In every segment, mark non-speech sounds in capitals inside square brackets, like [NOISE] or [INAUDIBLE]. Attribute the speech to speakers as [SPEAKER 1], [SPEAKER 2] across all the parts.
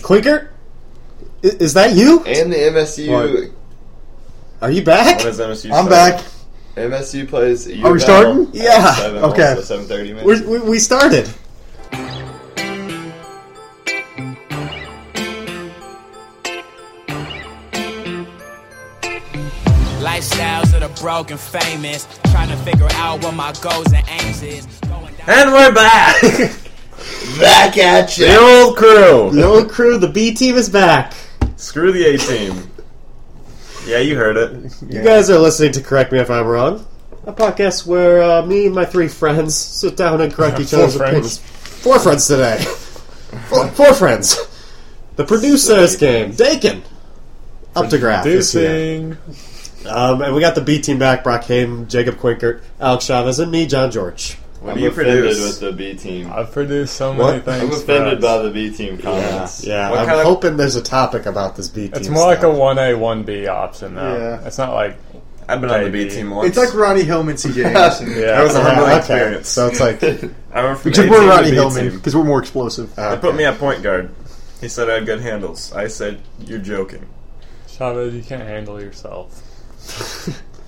[SPEAKER 1] Clinker, I- is that you?
[SPEAKER 2] And the MSU.
[SPEAKER 1] Are you back?
[SPEAKER 2] When is MSU?
[SPEAKER 3] I'm
[SPEAKER 2] starting?
[SPEAKER 3] back.
[SPEAKER 2] MSU plays.
[SPEAKER 3] Are we starting?
[SPEAKER 1] Yeah,
[SPEAKER 3] okay.
[SPEAKER 2] Seven thirty minutes.
[SPEAKER 1] We're, we we started.
[SPEAKER 4] Lifestyles of the broke and famous. Trying to figure out what my goals and aims is. Going down
[SPEAKER 3] And we're back.
[SPEAKER 2] back at
[SPEAKER 3] the
[SPEAKER 2] you.
[SPEAKER 3] old crew.
[SPEAKER 1] The old crew, the B team is back.
[SPEAKER 3] Screw the A team. Yeah, you heard it.
[SPEAKER 1] You guys are listening to Correct Me If I'm Wrong, a podcast where uh, me and my three friends sit down and correct each
[SPEAKER 3] Four
[SPEAKER 1] other's opinions.
[SPEAKER 3] friends.
[SPEAKER 1] Four friends today. four, four friends. The producers came. Dakin. Up to graph. this year.
[SPEAKER 3] Deucing.
[SPEAKER 1] Um, and we got the B team back. Brock Haim, Jacob Quinkert, Alex Chavez, and me, John George.
[SPEAKER 2] What
[SPEAKER 3] I'm
[SPEAKER 2] do you offended
[SPEAKER 3] offended.
[SPEAKER 2] with the B team?
[SPEAKER 3] I've produced so
[SPEAKER 1] What?
[SPEAKER 3] many things.
[SPEAKER 2] I'm offended by the B team comments.
[SPEAKER 1] Yeah,
[SPEAKER 2] What
[SPEAKER 1] I'm
[SPEAKER 2] kind of-
[SPEAKER 1] hoping there's a topic about this B team.
[SPEAKER 3] It's more like a
[SPEAKER 1] stuff.
[SPEAKER 3] one A, one B option though.
[SPEAKER 5] Yeah.
[SPEAKER 3] It's not like
[SPEAKER 6] I've been on the
[SPEAKER 3] Maybe.
[SPEAKER 6] B team once.
[SPEAKER 5] It's like Ronnie Hillman,
[SPEAKER 6] [LAUGHS]
[SPEAKER 5] CJ Anderson.
[SPEAKER 3] yeah.
[SPEAKER 6] That was a
[SPEAKER 1] Yeah,
[SPEAKER 6] humbling
[SPEAKER 1] okay.
[SPEAKER 6] experience.
[SPEAKER 1] So it's like,
[SPEAKER 6] I went from
[SPEAKER 5] Except
[SPEAKER 6] A
[SPEAKER 5] we're
[SPEAKER 6] team to
[SPEAKER 5] Ronnie
[SPEAKER 6] B
[SPEAKER 5] Hillman
[SPEAKER 6] team.
[SPEAKER 5] because we're more explosive.
[SPEAKER 6] They put me at point guard. He said I had good handles. I said you're joking.
[SPEAKER 3] Chavez, you can't handle yourself.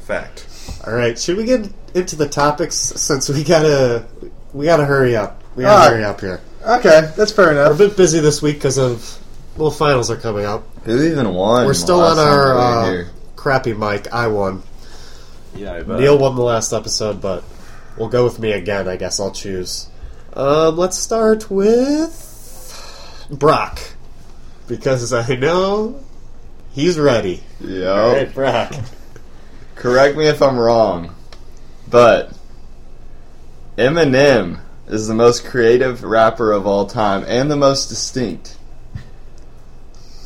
[SPEAKER 6] Fact.
[SPEAKER 1] all right, should we get into the topics since we gotta we gotta hurry up? We gotta
[SPEAKER 5] Ah.
[SPEAKER 1] hurry up here.
[SPEAKER 5] Okay, that's fair
[SPEAKER 1] We're a
[SPEAKER 5] enough.
[SPEAKER 1] bit busy this week because of well, finals are coming up.
[SPEAKER 6] Who even won?
[SPEAKER 1] We're still on our uh, crappy mic. I won.
[SPEAKER 6] yeah, I bet.
[SPEAKER 1] Neil won the last episode, but we'll go with me again. I guess I'll choose. Um, let's start with Brock because I know he's ready.
[SPEAKER 2] Yo,
[SPEAKER 1] Brock.
[SPEAKER 2] correct me if I'm wrong, but Eminem is the most creative rapper of all time and the most distinct.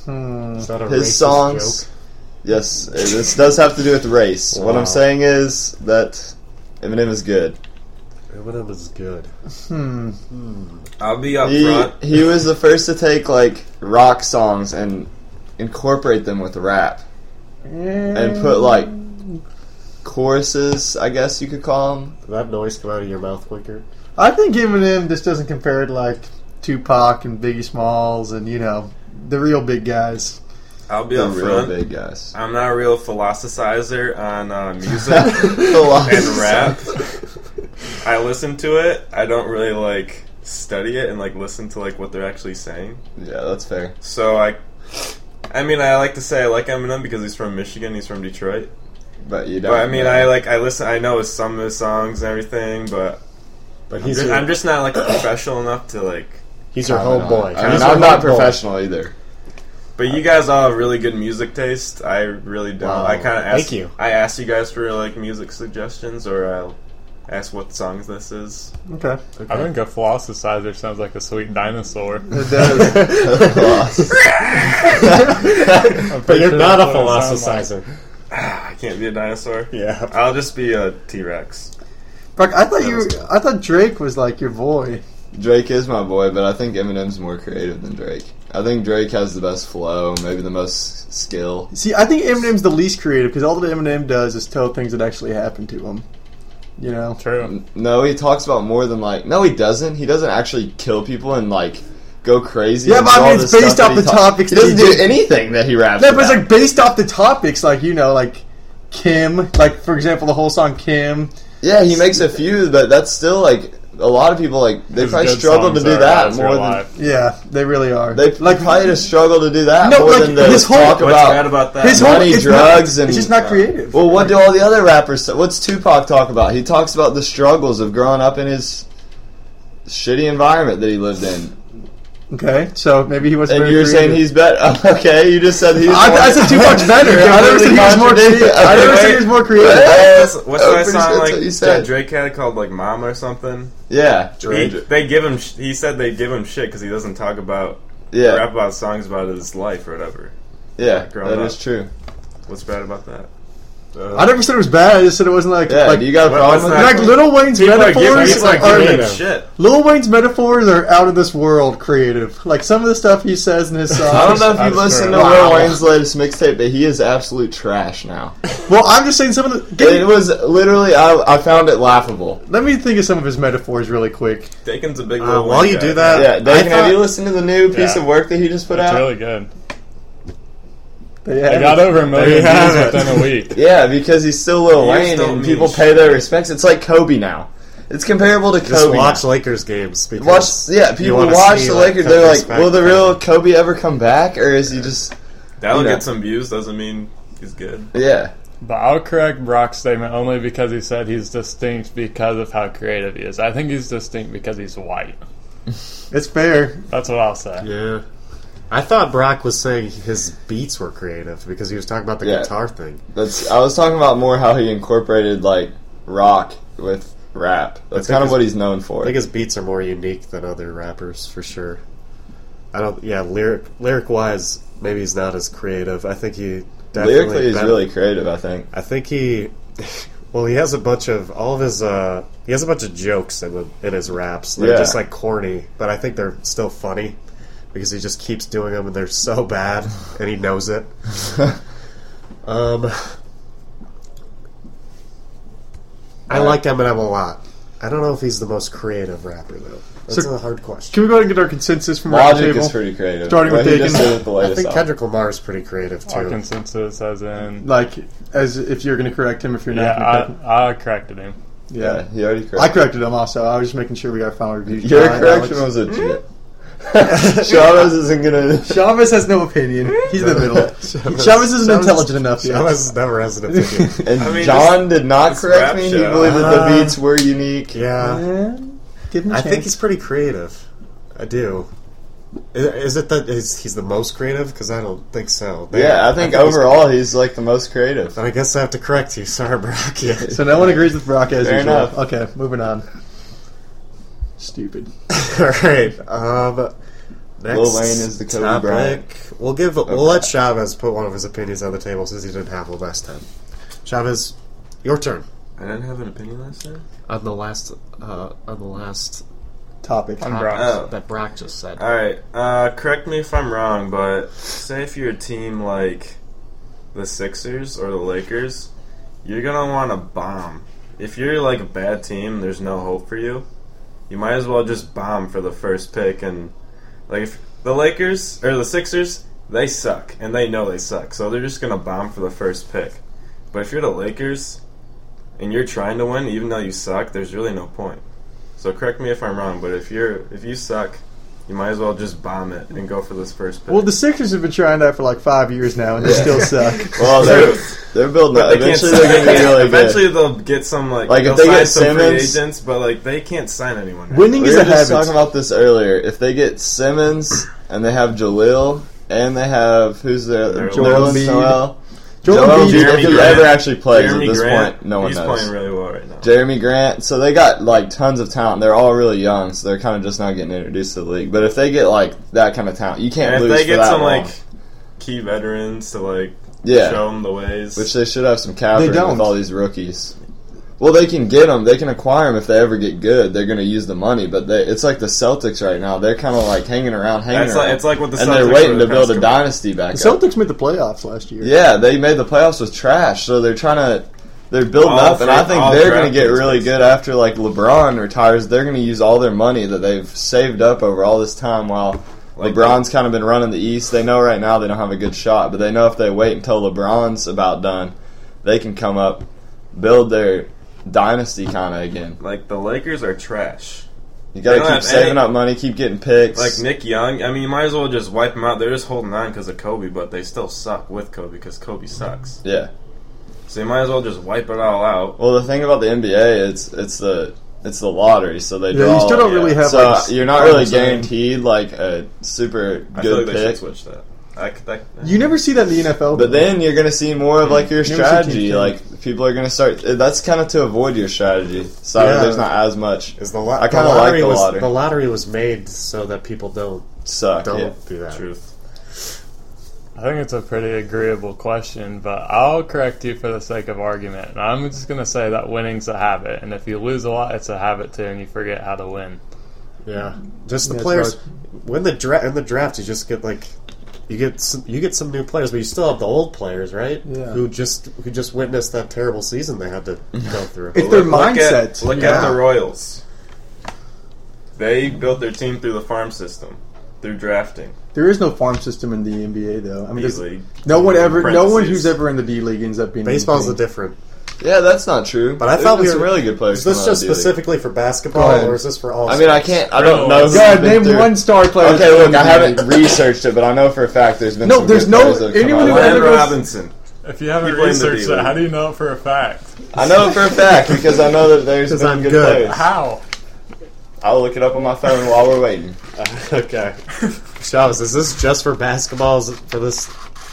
[SPEAKER 1] Is that a
[SPEAKER 2] His
[SPEAKER 1] racist
[SPEAKER 2] songs.
[SPEAKER 1] joke?
[SPEAKER 2] Yes, this does have to do with race. What
[SPEAKER 1] Wow.
[SPEAKER 2] I'm saying is that Eminem is good.
[SPEAKER 1] Eminem is good.
[SPEAKER 5] Hmm.
[SPEAKER 6] I'll be up
[SPEAKER 2] He,
[SPEAKER 6] front.
[SPEAKER 2] he was the first to take like rock songs and incorporate them with rap and put like choruses, I guess you could call them.
[SPEAKER 1] Did that noise come out of your mouth quicker?
[SPEAKER 5] I think Eminem just doesn't compare it to like Tupac and Biggie Smalls and you know the real big guys.
[SPEAKER 6] I'll be
[SPEAKER 2] The
[SPEAKER 6] up
[SPEAKER 2] real
[SPEAKER 6] front.
[SPEAKER 2] big guys.
[SPEAKER 6] I'm not a real philosophizer on
[SPEAKER 5] [LAUGHS]
[SPEAKER 6] uh,
[SPEAKER 2] [LAUGHS]
[SPEAKER 6] music [LAUGHS] and
[SPEAKER 2] and
[SPEAKER 6] rap. I listen to it. I don't really like study it and like listen to like what they're actually saying.
[SPEAKER 2] Yeah, that's fair.
[SPEAKER 6] So I, I mean, I like to say I like Eminem because he's from Michigan. He's from Detroit.
[SPEAKER 2] But you don't.
[SPEAKER 6] But I mean,
[SPEAKER 2] know.
[SPEAKER 6] I like I listen. I know some of his songs and everything, but
[SPEAKER 1] But
[SPEAKER 6] I'm
[SPEAKER 1] he's
[SPEAKER 6] just,
[SPEAKER 1] your,
[SPEAKER 6] I'm just not like professional enough to like.
[SPEAKER 1] he's your
[SPEAKER 3] Oh,
[SPEAKER 2] Comment on
[SPEAKER 1] homeboy.
[SPEAKER 2] it. I mean,
[SPEAKER 1] He's
[SPEAKER 2] I'm
[SPEAKER 1] your
[SPEAKER 2] not
[SPEAKER 1] homeboy.
[SPEAKER 2] professional
[SPEAKER 5] [LAUGHS]
[SPEAKER 2] either. [LAUGHS]
[SPEAKER 6] But you guys all have really good music taste. I really don't.
[SPEAKER 1] Wow.
[SPEAKER 6] I kind of
[SPEAKER 1] Thank
[SPEAKER 6] ask
[SPEAKER 1] you.
[SPEAKER 6] I ask you guys for like music suggestions, or I'll ask what songs this is. [SIGHS]
[SPEAKER 5] Okay,
[SPEAKER 3] I think a philosophizer sounds like a sweet dinosaur.
[SPEAKER 5] it does.
[SPEAKER 1] [LAUGHS] But you're not a philosophizer.
[SPEAKER 6] I can't be a dinosaur.
[SPEAKER 1] Yeah.
[SPEAKER 6] I'll just be a T Rex.
[SPEAKER 5] [LAUGHS] Fuck, I thought you. Were, I thought Drake was like your boy.
[SPEAKER 2] Drake is my boy, but I think Eminem's more creative than Drake. I think Drake has the best flow, maybe the most skill.
[SPEAKER 5] See, I think Eminem's the least creative because all that Eminem does is tell things that actually happened to him. You know,
[SPEAKER 3] True.
[SPEAKER 2] No, he talks about more than like. No, he doesn't. He doesn't actually kill people and like go crazy.
[SPEAKER 5] Yeah,
[SPEAKER 2] and
[SPEAKER 5] but I
[SPEAKER 2] do
[SPEAKER 5] mean,
[SPEAKER 2] all
[SPEAKER 5] it's
[SPEAKER 2] this
[SPEAKER 5] based
[SPEAKER 2] stuff
[SPEAKER 5] off
[SPEAKER 2] that
[SPEAKER 5] the
[SPEAKER 2] he talks-
[SPEAKER 5] topics
[SPEAKER 2] He
[SPEAKER 5] that
[SPEAKER 2] doesn't
[SPEAKER 5] he
[SPEAKER 2] do
[SPEAKER 5] did.
[SPEAKER 2] anything that he raps.
[SPEAKER 5] no, but
[SPEAKER 2] about.
[SPEAKER 5] it's like based off the topics, like you know, like Kim, like for example, the whole song Kim.
[SPEAKER 2] yeah, he makes a few, but that's still like a lot of people like they
[SPEAKER 3] His
[SPEAKER 2] probably
[SPEAKER 3] good
[SPEAKER 2] struggle to
[SPEAKER 3] songs
[SPEAKER 2] do
[SPEAKER 3] are
[SPEAKER 2] that
[SPEAKER 3] as
[SPEAKER 2] more
[SPEAKER 3] real
[SPEAKER 2] than
[SPEAKER 3] life.
[SPEAKER 5] Yeah, they really are.
[SPEAKER 2] they like probably just struggle to do that
[SPEAKER 5] No,
[SPEAKER 2] more
[SPEAKER 5] like,
[SPEAKER 2] than to
[SPEAKER 5] his whole-
[SPEAKER 2] talk
[SPEAKER 6] What's
[SPEAKER 2] about
[SPEAKER 6] bad about that?
[SPEAKER 5] his whole
[SPEAKER 2] money,
[SPEAKER 5] it's
[SPEAKER 2] drugs,
[SPEAKER 5] not,
[SPEAKER 2] and- uh,
[SPEAKER 5] it's just not creative.
[SPEAKER 2] Well, what do all the other rappers? Say? What's Tupac talk about? He talks about the struggles of growing up in his shitty environment that he lived in.
[SPEAKER 5] Okay, so maybe he wasn't.
[SPEAKER 2] And
[SPEAKER 5] very
[SPEAKER 2] you're saying
[SPEAKER 5] creative.
[SPEAKER 2] he's better? [LAUGHS] Okay, you just said he's.
[SPEAKER 5] I,
[SPEAKER 2] [LAUGHS]
[SPEAKER 5] I said Tupac's better. I never said he was more.
[SPEAKER 2] Completely
[SPEAKER 5] Creative. I never said he was more creative.
[SPEAKER 2] [LAUGHS]
[SPEAKER 6] What's that- what's
[SPEAKER 2] Oh,
[SPEAKER 1] [LAUGHS]
[SPEAKER 6] that
[SPEAKER 2] pretty
[SPEAKER 6] song
[SPEAKER 2] sure that's
[SPEAKER 6] like
[SPEAKER 2] what you
[SPEAKER 6] that
[SPEAKER 2] said.
[SPEAKER 6] Drake had called like "Mom" or something?
[SPEAKER 2] Yeah,
[SPEAKER 6] He, they give him. sh- He said they give him shit because he doesn't talk about rap
[SPEAKER 2] yeah,
[SPEAKER 6] about songs about his life or whatever.
[SPEAKER 2] yeah.
[SPEAKER 6] growing
[SPEAKER 2] That
[SPEAKER 6] up.
[SPEAKER 2] is true.
[SPEAKER 6] What's bad about that? Uh,
[SPEAKER 5] I never said it was bad. I just said it wasn't like
[SPEAKER 2] Yeah,
[SPEAKER 5] like
[SPEAKER 2] do you got a
[SPEAKER 6] Well,
[SPEAKER 2] problem with
[SPEAKER 6] let's
[SPEAKER 2] that?
[SPEAKER 5] like Little Wayne's
[SPEAKER 6] people are giving
[SPEAKER 5] metaphors
[SPEAKER 6] it's like
[SPEAKER 5] are
[SPEAKER 1] giving
[SPEAKER 6] great shit.
[SPEAKER 5] Lil Wayne's metaphors are out of this world creative. Like some of the stuff he says in his songs.
[SPEAKER 2] I don't know if
[SPEAKER 1] I'm
[SPEAKER 2] you listened to
[SPEAKER 1] sure.
[SPEAKER 2] Lil
[SPEAKER 1] Wow.
[SPEAKER 2] Wayne's latest mixtape, but he is absolute trash
[SPEAKER 5] [LAUGHS]
[SPEAKER 2] now.
[SPEAKER 5] Well, I'm just saying some of the.
[SPEAKER 2] It
[SPEAKER 5] Get,
[SPEAKER 2] was literally, I, I found it laughable.
[SPEAKER 5] let me think of some of his metaphors really quick.
[SPEAKER 6] Dakin's a big.
[SPEAKER 1] Uh,
[SPEAKER 6] Lil
[SPEAKER 1] while
[SPEAKER 6] Wayne
[SPEAKER 1] you
[SPEAKER 6] guy.
[SPEAKER 1] do that,
[SPEAKER 2] Yeah,
[SPEAKER 1] I
[SPEAKER 2] Dakin, have
[SPEAKER 1] thought-
[SPEAKER 2] you listened to the new piece
[SPEAKER 7] Yeah.
[SPEAKER 2] of work that he just put
[SPEAKER 7] It's
[SPEAKER 2] out?
[SPEAKER 7] really good.
[SPEAKER 5] They
[SPEAKER 7] I
[SPEAKER 5] have-
[SPEAKER 7] got over a million
[SPEAKER 1] There you
[SPEAKER 7] views
[SPEAKER 1] have it.
[SPEAKER 7] within a week.
[SPEAKER 2] Yeah, because he's still Lil
[SPEAKER 6] Years
[SPEAKER 2] Wayne,
[SPEAKER 6] don't
[SPEAKER 2] and
[SPEAKER 6] mean
[SPEAKER 2] people
[SPEAKER 6] shit.
[SPEAKER 2] pay their respects. It's like Kobe now. It's comparable to Kobe.
[SPEAKER 1] just watch
[SPEAKER 2] now.
[SPEAKER 1] Lakers games. Because
[SPEAKER 2] watch, yeah.
[SPEAKER 1] you
[SPEAKER 2] People
[SPEAKER 1] wanna
[SPEAKER 2] watch
[SPEAKER 1] see,
[SPEAKER 2] the
[SPEAKER 1] like,
[SPEAKER 2] Lakers.
[SPEAKER 1] Kobe's
[SPEAKER 2] They're like,
[SPEAKER 1] back
[SPEAKER 2] will the
[SPEAKER 1] then."
[SPEAKER 2] real Kobe ever come back, or is he just
[SPEAKER 6] that'll
[SPEAKER 2] you know.
[SPEAKER 6] get some views. Doesn't mean he's good.
[SPEAKER 2] yeah?
[SPEAKER 7] But I'll correct Brock's statement only because he said he's distinct because of how creative he is. I think he's distinct because he's white.
[SPEAKER 5] It's fair.
[SPEAKER 7] That's what I'll say.
[SPEAKER 1] Yeah. I thought Brock was saying his beats were creative because he was talking about the
[SPEAKER 2] Yeah.
[SPEAKER 1] guitar thing.
[SPEAKER 2] That's. I was talking about more how he incorporated like rock with rap. That's
[SPEAKER 1] think
[SPEAKER 2] kind of
[SPEAKER 1] his-
[SPEAKER 2] what he's known for.
[SPEAKER 1] I think his beats are more unique than other rappers for sure. I don't. Yeah, lyric lyric wise, maybe he's not as creative. I think he definitely
[SPEAKER 2] Lyrically, he's
[SPEAKER 1] ben-
[SPEAKER 2] really creative. I think.
[SPEAKER 1] I think he. [LAUGHS] Well, he has a bunch of all of his. uh He has a bunch of jokes in, the, in his raps. They're
[SPEAKER 2] Yeah.
[SPEAKER 1] just like corny, but I think they're still funny because he just keeps doing them, and they're so [LAUGHS] bad, and he knows
[SPEAKER 5] [LAUGHS]
[SPEAKER 1] it. um, I like Eminem a lot. I don't know if he's the most creative rapper though. That's
[SPEAKER 5] So-
[SPEAKER 1] a hard question.
[SPEAKER 5] Can we go ahead and get our consensus from round
[SPEAKER 2] Logic
[SPEAKER 5] table?
[SPEAKER 2] is pretty creative.
[SPEAKER 5] Starting
[SPEAKER 2] What
[SPEAKER 5] with
[SPEAKER 2] he just
[SPEAKER 5] Dakin.
[SPEAKER 2] did with the
[SPEAKER 1] I
[SPEAKER 2] latest
[SPEAKER 1] think
[SPEAKER 2] album.
[SPEAKER 1] Kendrick Lamar is pretty creative too.
[SPEAKER 7] Our consensus as in
[SPEAKER 5] Like as if you're going to correct him if you're not.
[SPEAKER 7] Yeah,
[SPEAKER 5] gonna correct him.
[SPEAKER 7] I, I corrected him.
[SPEAKER 5] yeah.
[SPEAKER 2] Yeah, he already corrected.
[SPEAKER 5] I corrected him also. I was just making sure we got a final review.
[SPEAKER 2] [LAUGHS] Your
[SPEAKER 5] Fine,
[SPEAKER 2] correction
[SPEAKER 1] [LAUGHS]
[SPEAKER 2] was
[SPEAKER 5] Alex.
[SPEAKER 2] a G. Chavez isn't gonna.
[SPEAKER 5] Chavez has no opinion. He's in the middle. Chavez, isn't
[SPEAKER 1] [LAUGHS]
[SPEAKER 5] intelligent enough. yet.
[SPEAKER 1] Chavez never has an
[SPEAKER 5] [LAUGHS]
[SPEAKER 1] opinion.
[SPEAKER 2] And
[SPEAKER 6] I mean,
[SPEAKER 2] John did not
[SPEAKER 6] this
[SPEAKER 2] correct
[SPEAKER 6] rap
[SPEAKER 2] me. He
[SPEAKER 6] show.
[SPEAKER 2] believed that
[SPEAKER 1] Uh,
[SPEAKER 2] the beats were unique.
[SPEAKER 1] yeah.
[SPEAKER 5] Give him a
[SPEAKER 1] I think
[SPEAKER 5] chance.
[SPEAKER 1] he's pretty creative. I do. Is, is it that is, he's the most creative? Because I don't think so. There.
[SPEAKER 2] Yeah, I think
[SPEAKER 1] he's- [LAUGHS]
[SPEAKER 2] overall he's like the most creative.
[SPEAKER 1] But I guess I have to correct you. Sorry, Brock. [LAUGHS] Yeah.
[SPEAKER 5] So no one agrees with Brock as
[SPEAKER 2] Fair
[SPEAKER 5] usual.
[SPEAKER 2] enough.
[SPEAKER 5] Okay, moving on. Stupid.
[SPEAKER 1] All right. Um, next
[SPEAKER 2] Lil Wayne is the Kobe
[SPEAKER 1] topic.
[SPEAKER 2] Bryant.
[SPEAKER 1] We'll give. We'll let Chavez put one of his opinions on the table since he didn't have one last time. Chavez, your turn
[SPEAKER 6] I didn't have an opinion last time.
[SPEAKER 1] on the last uh, on the last
[SPEAKER 5] Topic.
[SPEAKER 7] I'm Brock.
[SPEAKER 6] Oh.
[SPEAKER 1] that Brock just said.
[SPEAKER 6] All right. Uh, correct me if I'm wrong, but say if you're a team like the Sixers or the Lakers, you're gonna want to bomb. If you're like a bad team, there's no hope for you. You might as well just bomb for the first pick and like if the Lakers or the Sixers, they suck and they know they suck, so they're just gonna bomb for the first pick. But if you're the Lakers and you're trying to win, even though you suck, there's really no point. So correct me if I'm wrong, but if you're if you suck, you might as well just bomb it and go for this first pick.
[SPEAKER 5] Well, the Sixers have been trying that for like five years now, and
[SPEAKER 2] [LAUGHS]
[SPEAKER 5] they still suck.
[SPEAKER 2] [LAUGHS] Well, they're,
[SPEAKER 6] True.
[SPEAKER 2] they're building up.
[SPEAKER 6] But they can't
[SPEAKER 2] Eventually,
[SPEAKER 6] sign-
[SPEAKER 2] they're gonna be really
[SPEAKER 6] [LAUGHS] Eventually,
[SPEAKER 2] good.
[SPEAKER 6] they'll get some like,
[SPEAKER 2] Like, if
[SPEAKER 6] they'll
[SPEAKER 2] they
[SPEAKER 6] sign
[SPEAKER 2] get
[SPEAKER 6] some
[SPEAKER 2] Simmons-
[SPEAKER 6] free agents, but like they can't sign anyone. right
[SPEAKER 5] Winning
[SPEAKER 2] We
[SPEAKER 5] is
[SPEAKER 2] were
[SPEAKER 5] a
[SPEAKER 2] just
[SPEAKER 5] habit.
[SPEAKER 2] talking about this earlier. If they get Simmons and they have Jalil and they have who's the
[SPEAKER 6] Nerlens.
[SPEAKER 2] Joel
[SPEAKER 5] Embiid.
[SPEAKER 2] Noel.
[SPEAKER 5] Joel
[SPEAKER 2] Joel
[SPEAKER 5] Embiid-
[SPEAKER 2] Embiid,
[SPEAKER 6] Jeremy
[SPEAKER 2] if he
[SPEAKER 6] Grant.
[SPEAKER 2] ever actually
[SPEAKER 6] now.
[SPEAKER 2] plays
[SPEAKER 6] Jeremy
[SPEAKER 2] at this
[SPEAKER 6] Grant,
[SPEAKER 2] point, no one
[SPEAKER 6] he's
[SPEAKER 2] knows.
[SPEAKER 6] playing really well right now.
[SPEAKER 2] Jeremy Grant. So they got like tons of talent. They're all really young, so they're kind of just now getting introduced to the league. But if they get like that kind of talent, you can't
[SPEAKER 6] and if
[SPEAKER 2] lose
[SPEAKER 6] they
[SPEAKER 2] for
[SPEAKER 6] get
[SPEAKER 2] that
[SPEAKER 6] some
[SPEAKER 2] long.
[SPEAKER 6] like key veterans to like
[SPEAKER 2] yeah,
[SPEAKER 6] show them the ways,
[SPEAKER 2] which they should have some cap
[SPEAKER 5] They
[SPEAKER 2] room
[SPEAKER 5] don't.
[SPEAKER 2] with all these rookies. Well, they can get them. They can acquire them if they ever get good. They're going to use the money, but they, it's like the Celtics right now. They're kind of like hanging around, hanging
[SPEAKER 6] It's
[SPEAKER 2] around.
[SPEAKER 6] like- it's like what the
[SPEAKER 2] and
[SPEAKER 6] Celtics
[SPEAKER 2] they're
[SPEAKER 6] were
[SPEAKER 2] waiting
[SPEAKER 6] the
[SPEAKER 2] to build
[SPEAKER 6] past
[SPEAKER 2] a
[SPEAKER 6] couple-
[SPEAKER 2] dynasty back
[SPEAKER 5] The
[SPEAKER 2] up.
[SPEAKER 5] Celtics made the playoffs last year.
[SPEAKER 2] Yeah, they made the playoffs with trash, so they're trying to they're building
[SPEAKER 6] All
[SPEAKER 2] up, and I
[SPEAKER 6] free-
[SPEAKER 2] think
[SPEAKER 6] all
[SPEAKER 2] they're
[SPEAKER 6] draft
[SPEAKER 2] going to get
[SPEAKER 6] picks.
[SPEAKER 2] really good after like LeBron retires. They're going to use all their money that they've saved up over all this time while.
[SPEAKER 6] Like-
[SPEAKER 2] LeBron's kind of been running the East. They know right now they don't have a good shot, but they know if they wait until LeBron's about done, they can come up, build their dynasty kind of again.
[SPEAKER 6] like the Lakers are trash.
[SPEAKER 2] You
[SPEAKER 6] They
[SPEAKER 2] got
[SPEAKER 6] don't
[SPEAKER 2] to keep
[SPEAKER 6] have
[SPEAKER 2] saving
[SPEAKER 6] any-
[SPEAKER 2] up money, keep getting picks.
[SPEAKER 6] Like Nick Young, I mean, you might as well just wipe them out. They're just holding on because of Kobe, but they still suck with Kobe because Kobe sucks.
[SPEAKER 2] yeah.
[SPEAKER 6] So you might as well just wipe it all out.
[SPEAKER 2] Well, the thing about the NBA, it's it's the it's the lottery, so they
[SPEAKER 5] Yeah,
[SPEAKER 2] draw.
[SPEAKER 5] you still don't
[SPEAKER 6] yeah.
[SPEAKER 5] really have.
[SPEAKER 2] so
[SPEAKER 5] like,
[SPEAKER 2] you're not really
[SPEAKER 5] I'm saying.
[SPEAKER 2] guaranteed like a super
[SPEAKER 6] I feel like
[SPEAKER 2] good
[SPEAKER 6] they should
[SPEAKER 2] pick.
[SPEAKER 6] switch that. I, could- I,
[SPEAKER 5] You never see that in the NFL.
[SPEAKER 2] But then you're gonna see more of like your
[SPEAKER 5] Never seen
[SPEAKER 2] strategy.
[SPEAKER 5] teams
[SPEAKER 2] Like people are gonna start. That's kind of to avoid your strategy. So
[SPEAKER 1] Yeah.
[SPEAKER 2] there's not as much.
[SPEAKER 1] Is the, lo-
[SPEAKER 2] I kinda
[SPEAKER 1] the
[SPEAKER 2] like
[SPEAKER 1] lottery
[SPEAKER 2] the
[SPEAKER 1] was,
[SPEAKER 2] lottery.
[SPEAKER 1] The lottery was made so that people don't
[SPEAKER 2] Suck.
[SPEAKER 1] don't
[SPEAKER 2] Yeah.
[SPEAKER 1] do that.
[SPEAKER 6] truth.
[SPEAKER 7] I think it's a pretty agreeable question, but I'll correct you for the sake of argument. And I'm just going to say that winning's a habit, and if you lose a lot, it's a habit too, and you forget how to win.
[SPEAKER 1] Yeah, just the
[SPEAKER 5] Yeah, it's
[SPEAKER 1] players. When the draft in the draft, you just get like you get some, you get some new players, but you still have the old players, right?
[SPEAKER 5] Yeah.
[SPEAKER 1] Who just who just witnessed that terrible season they had to go through.
[SPEAKER 5] It's their
[SPEAKER 6] Look
[SPEAKER 5] mindset.
[SPEAKER 6] At, look
[SPEAKER 5] yeah.
[SPEAKER 6] at the Royals. They built their team through the farm system, through drafting.
[SPEAKER 5] There is no farm system in the NBA, though. I mean, there's-
[SPEAKER 6] Easily.
[SPEAKER 5] no one ever, no one who's
[SPEAKER 6] Parentheses.
[SPEAKER 5] ever in the D League ends up being
[SPEAKER 1] Baseball's a
[SPEAKER 5] anything.
[SPEAKER 1] different.
[SPEAKER 2] Yeah, that's not true.
[SPEAKER 1] But I thought
[SPEAKER 2] There's
[SPEAKER 1] we
[SPEAKER 2] some
[SPEAKER 1] were
[SPEAKER 2] really good players.
[SPEAKER 1] Is this
[SPEAKER 2] come out of
[SPEAKER 1] just
[SPEAKER 2] the D League.
[SPEAKER 1] specifically for
[SPEAKER 5] Go
[SPEAKER 1] basketball,
[SPEAKER 5] ahead.
[SPEAKER 1] or is this for all?
[SPEAKER 2] I mean, I can't. I don't know.
[SPEAKER 7] Really?
[SPEAKER 2] who's
[SPEAKER 5] Go ahead,
[SPEAKER 2] been
[SPEAKER 5] name
[SPEAKER 2] through-
[SPEAKER 5] one star player.
[SPEAKER 2] Okay, look, I haven't
[SPEAKER 5] Read
[SPEAKER 2] researched it, but I know for a fact there's been
[SPEAKER 5] No,
[SPEAKER 2] Some
[SPEAKER 5] there's
[SPEAKER 2] good
[SPEAKER 5] no-
[SPEAKER 2] players that have come
[SPEAKER 5] anyone
[SPEAKER 2] out
[SPEAKER 5] who
[SPEAKER 2] of it.
[SPEAKER 5] ever
[SPEAKER 6] Glenn
[SPEAKER 5] goes-
[SPEAKER 6] Robinson.
[SPEAKER 7] If you haven't
[SPEAKER 6] You blame the
[SPEAKER 7] researched
[SPEAKER 6] D-League.
[SPEAKER 7] that, how do you know it for a fact?
[SPEAKER 2] I know it for a fact because I know that there's
[SPEAKER 1] 'Cause
[SPEAKER 2] been
[SPEAKER 1] I'm
[SPEAKER 2] good,
[SPEAKER 1] good.
[SPEAKER 2] players.
[SPEAKER 7] How?
[SPEAKER 2] I'll look it up on my phone while we're waiting.
[SPEAKER 1] [LAUGHS] okay. Shavs, is this just for basketball? Is it for this?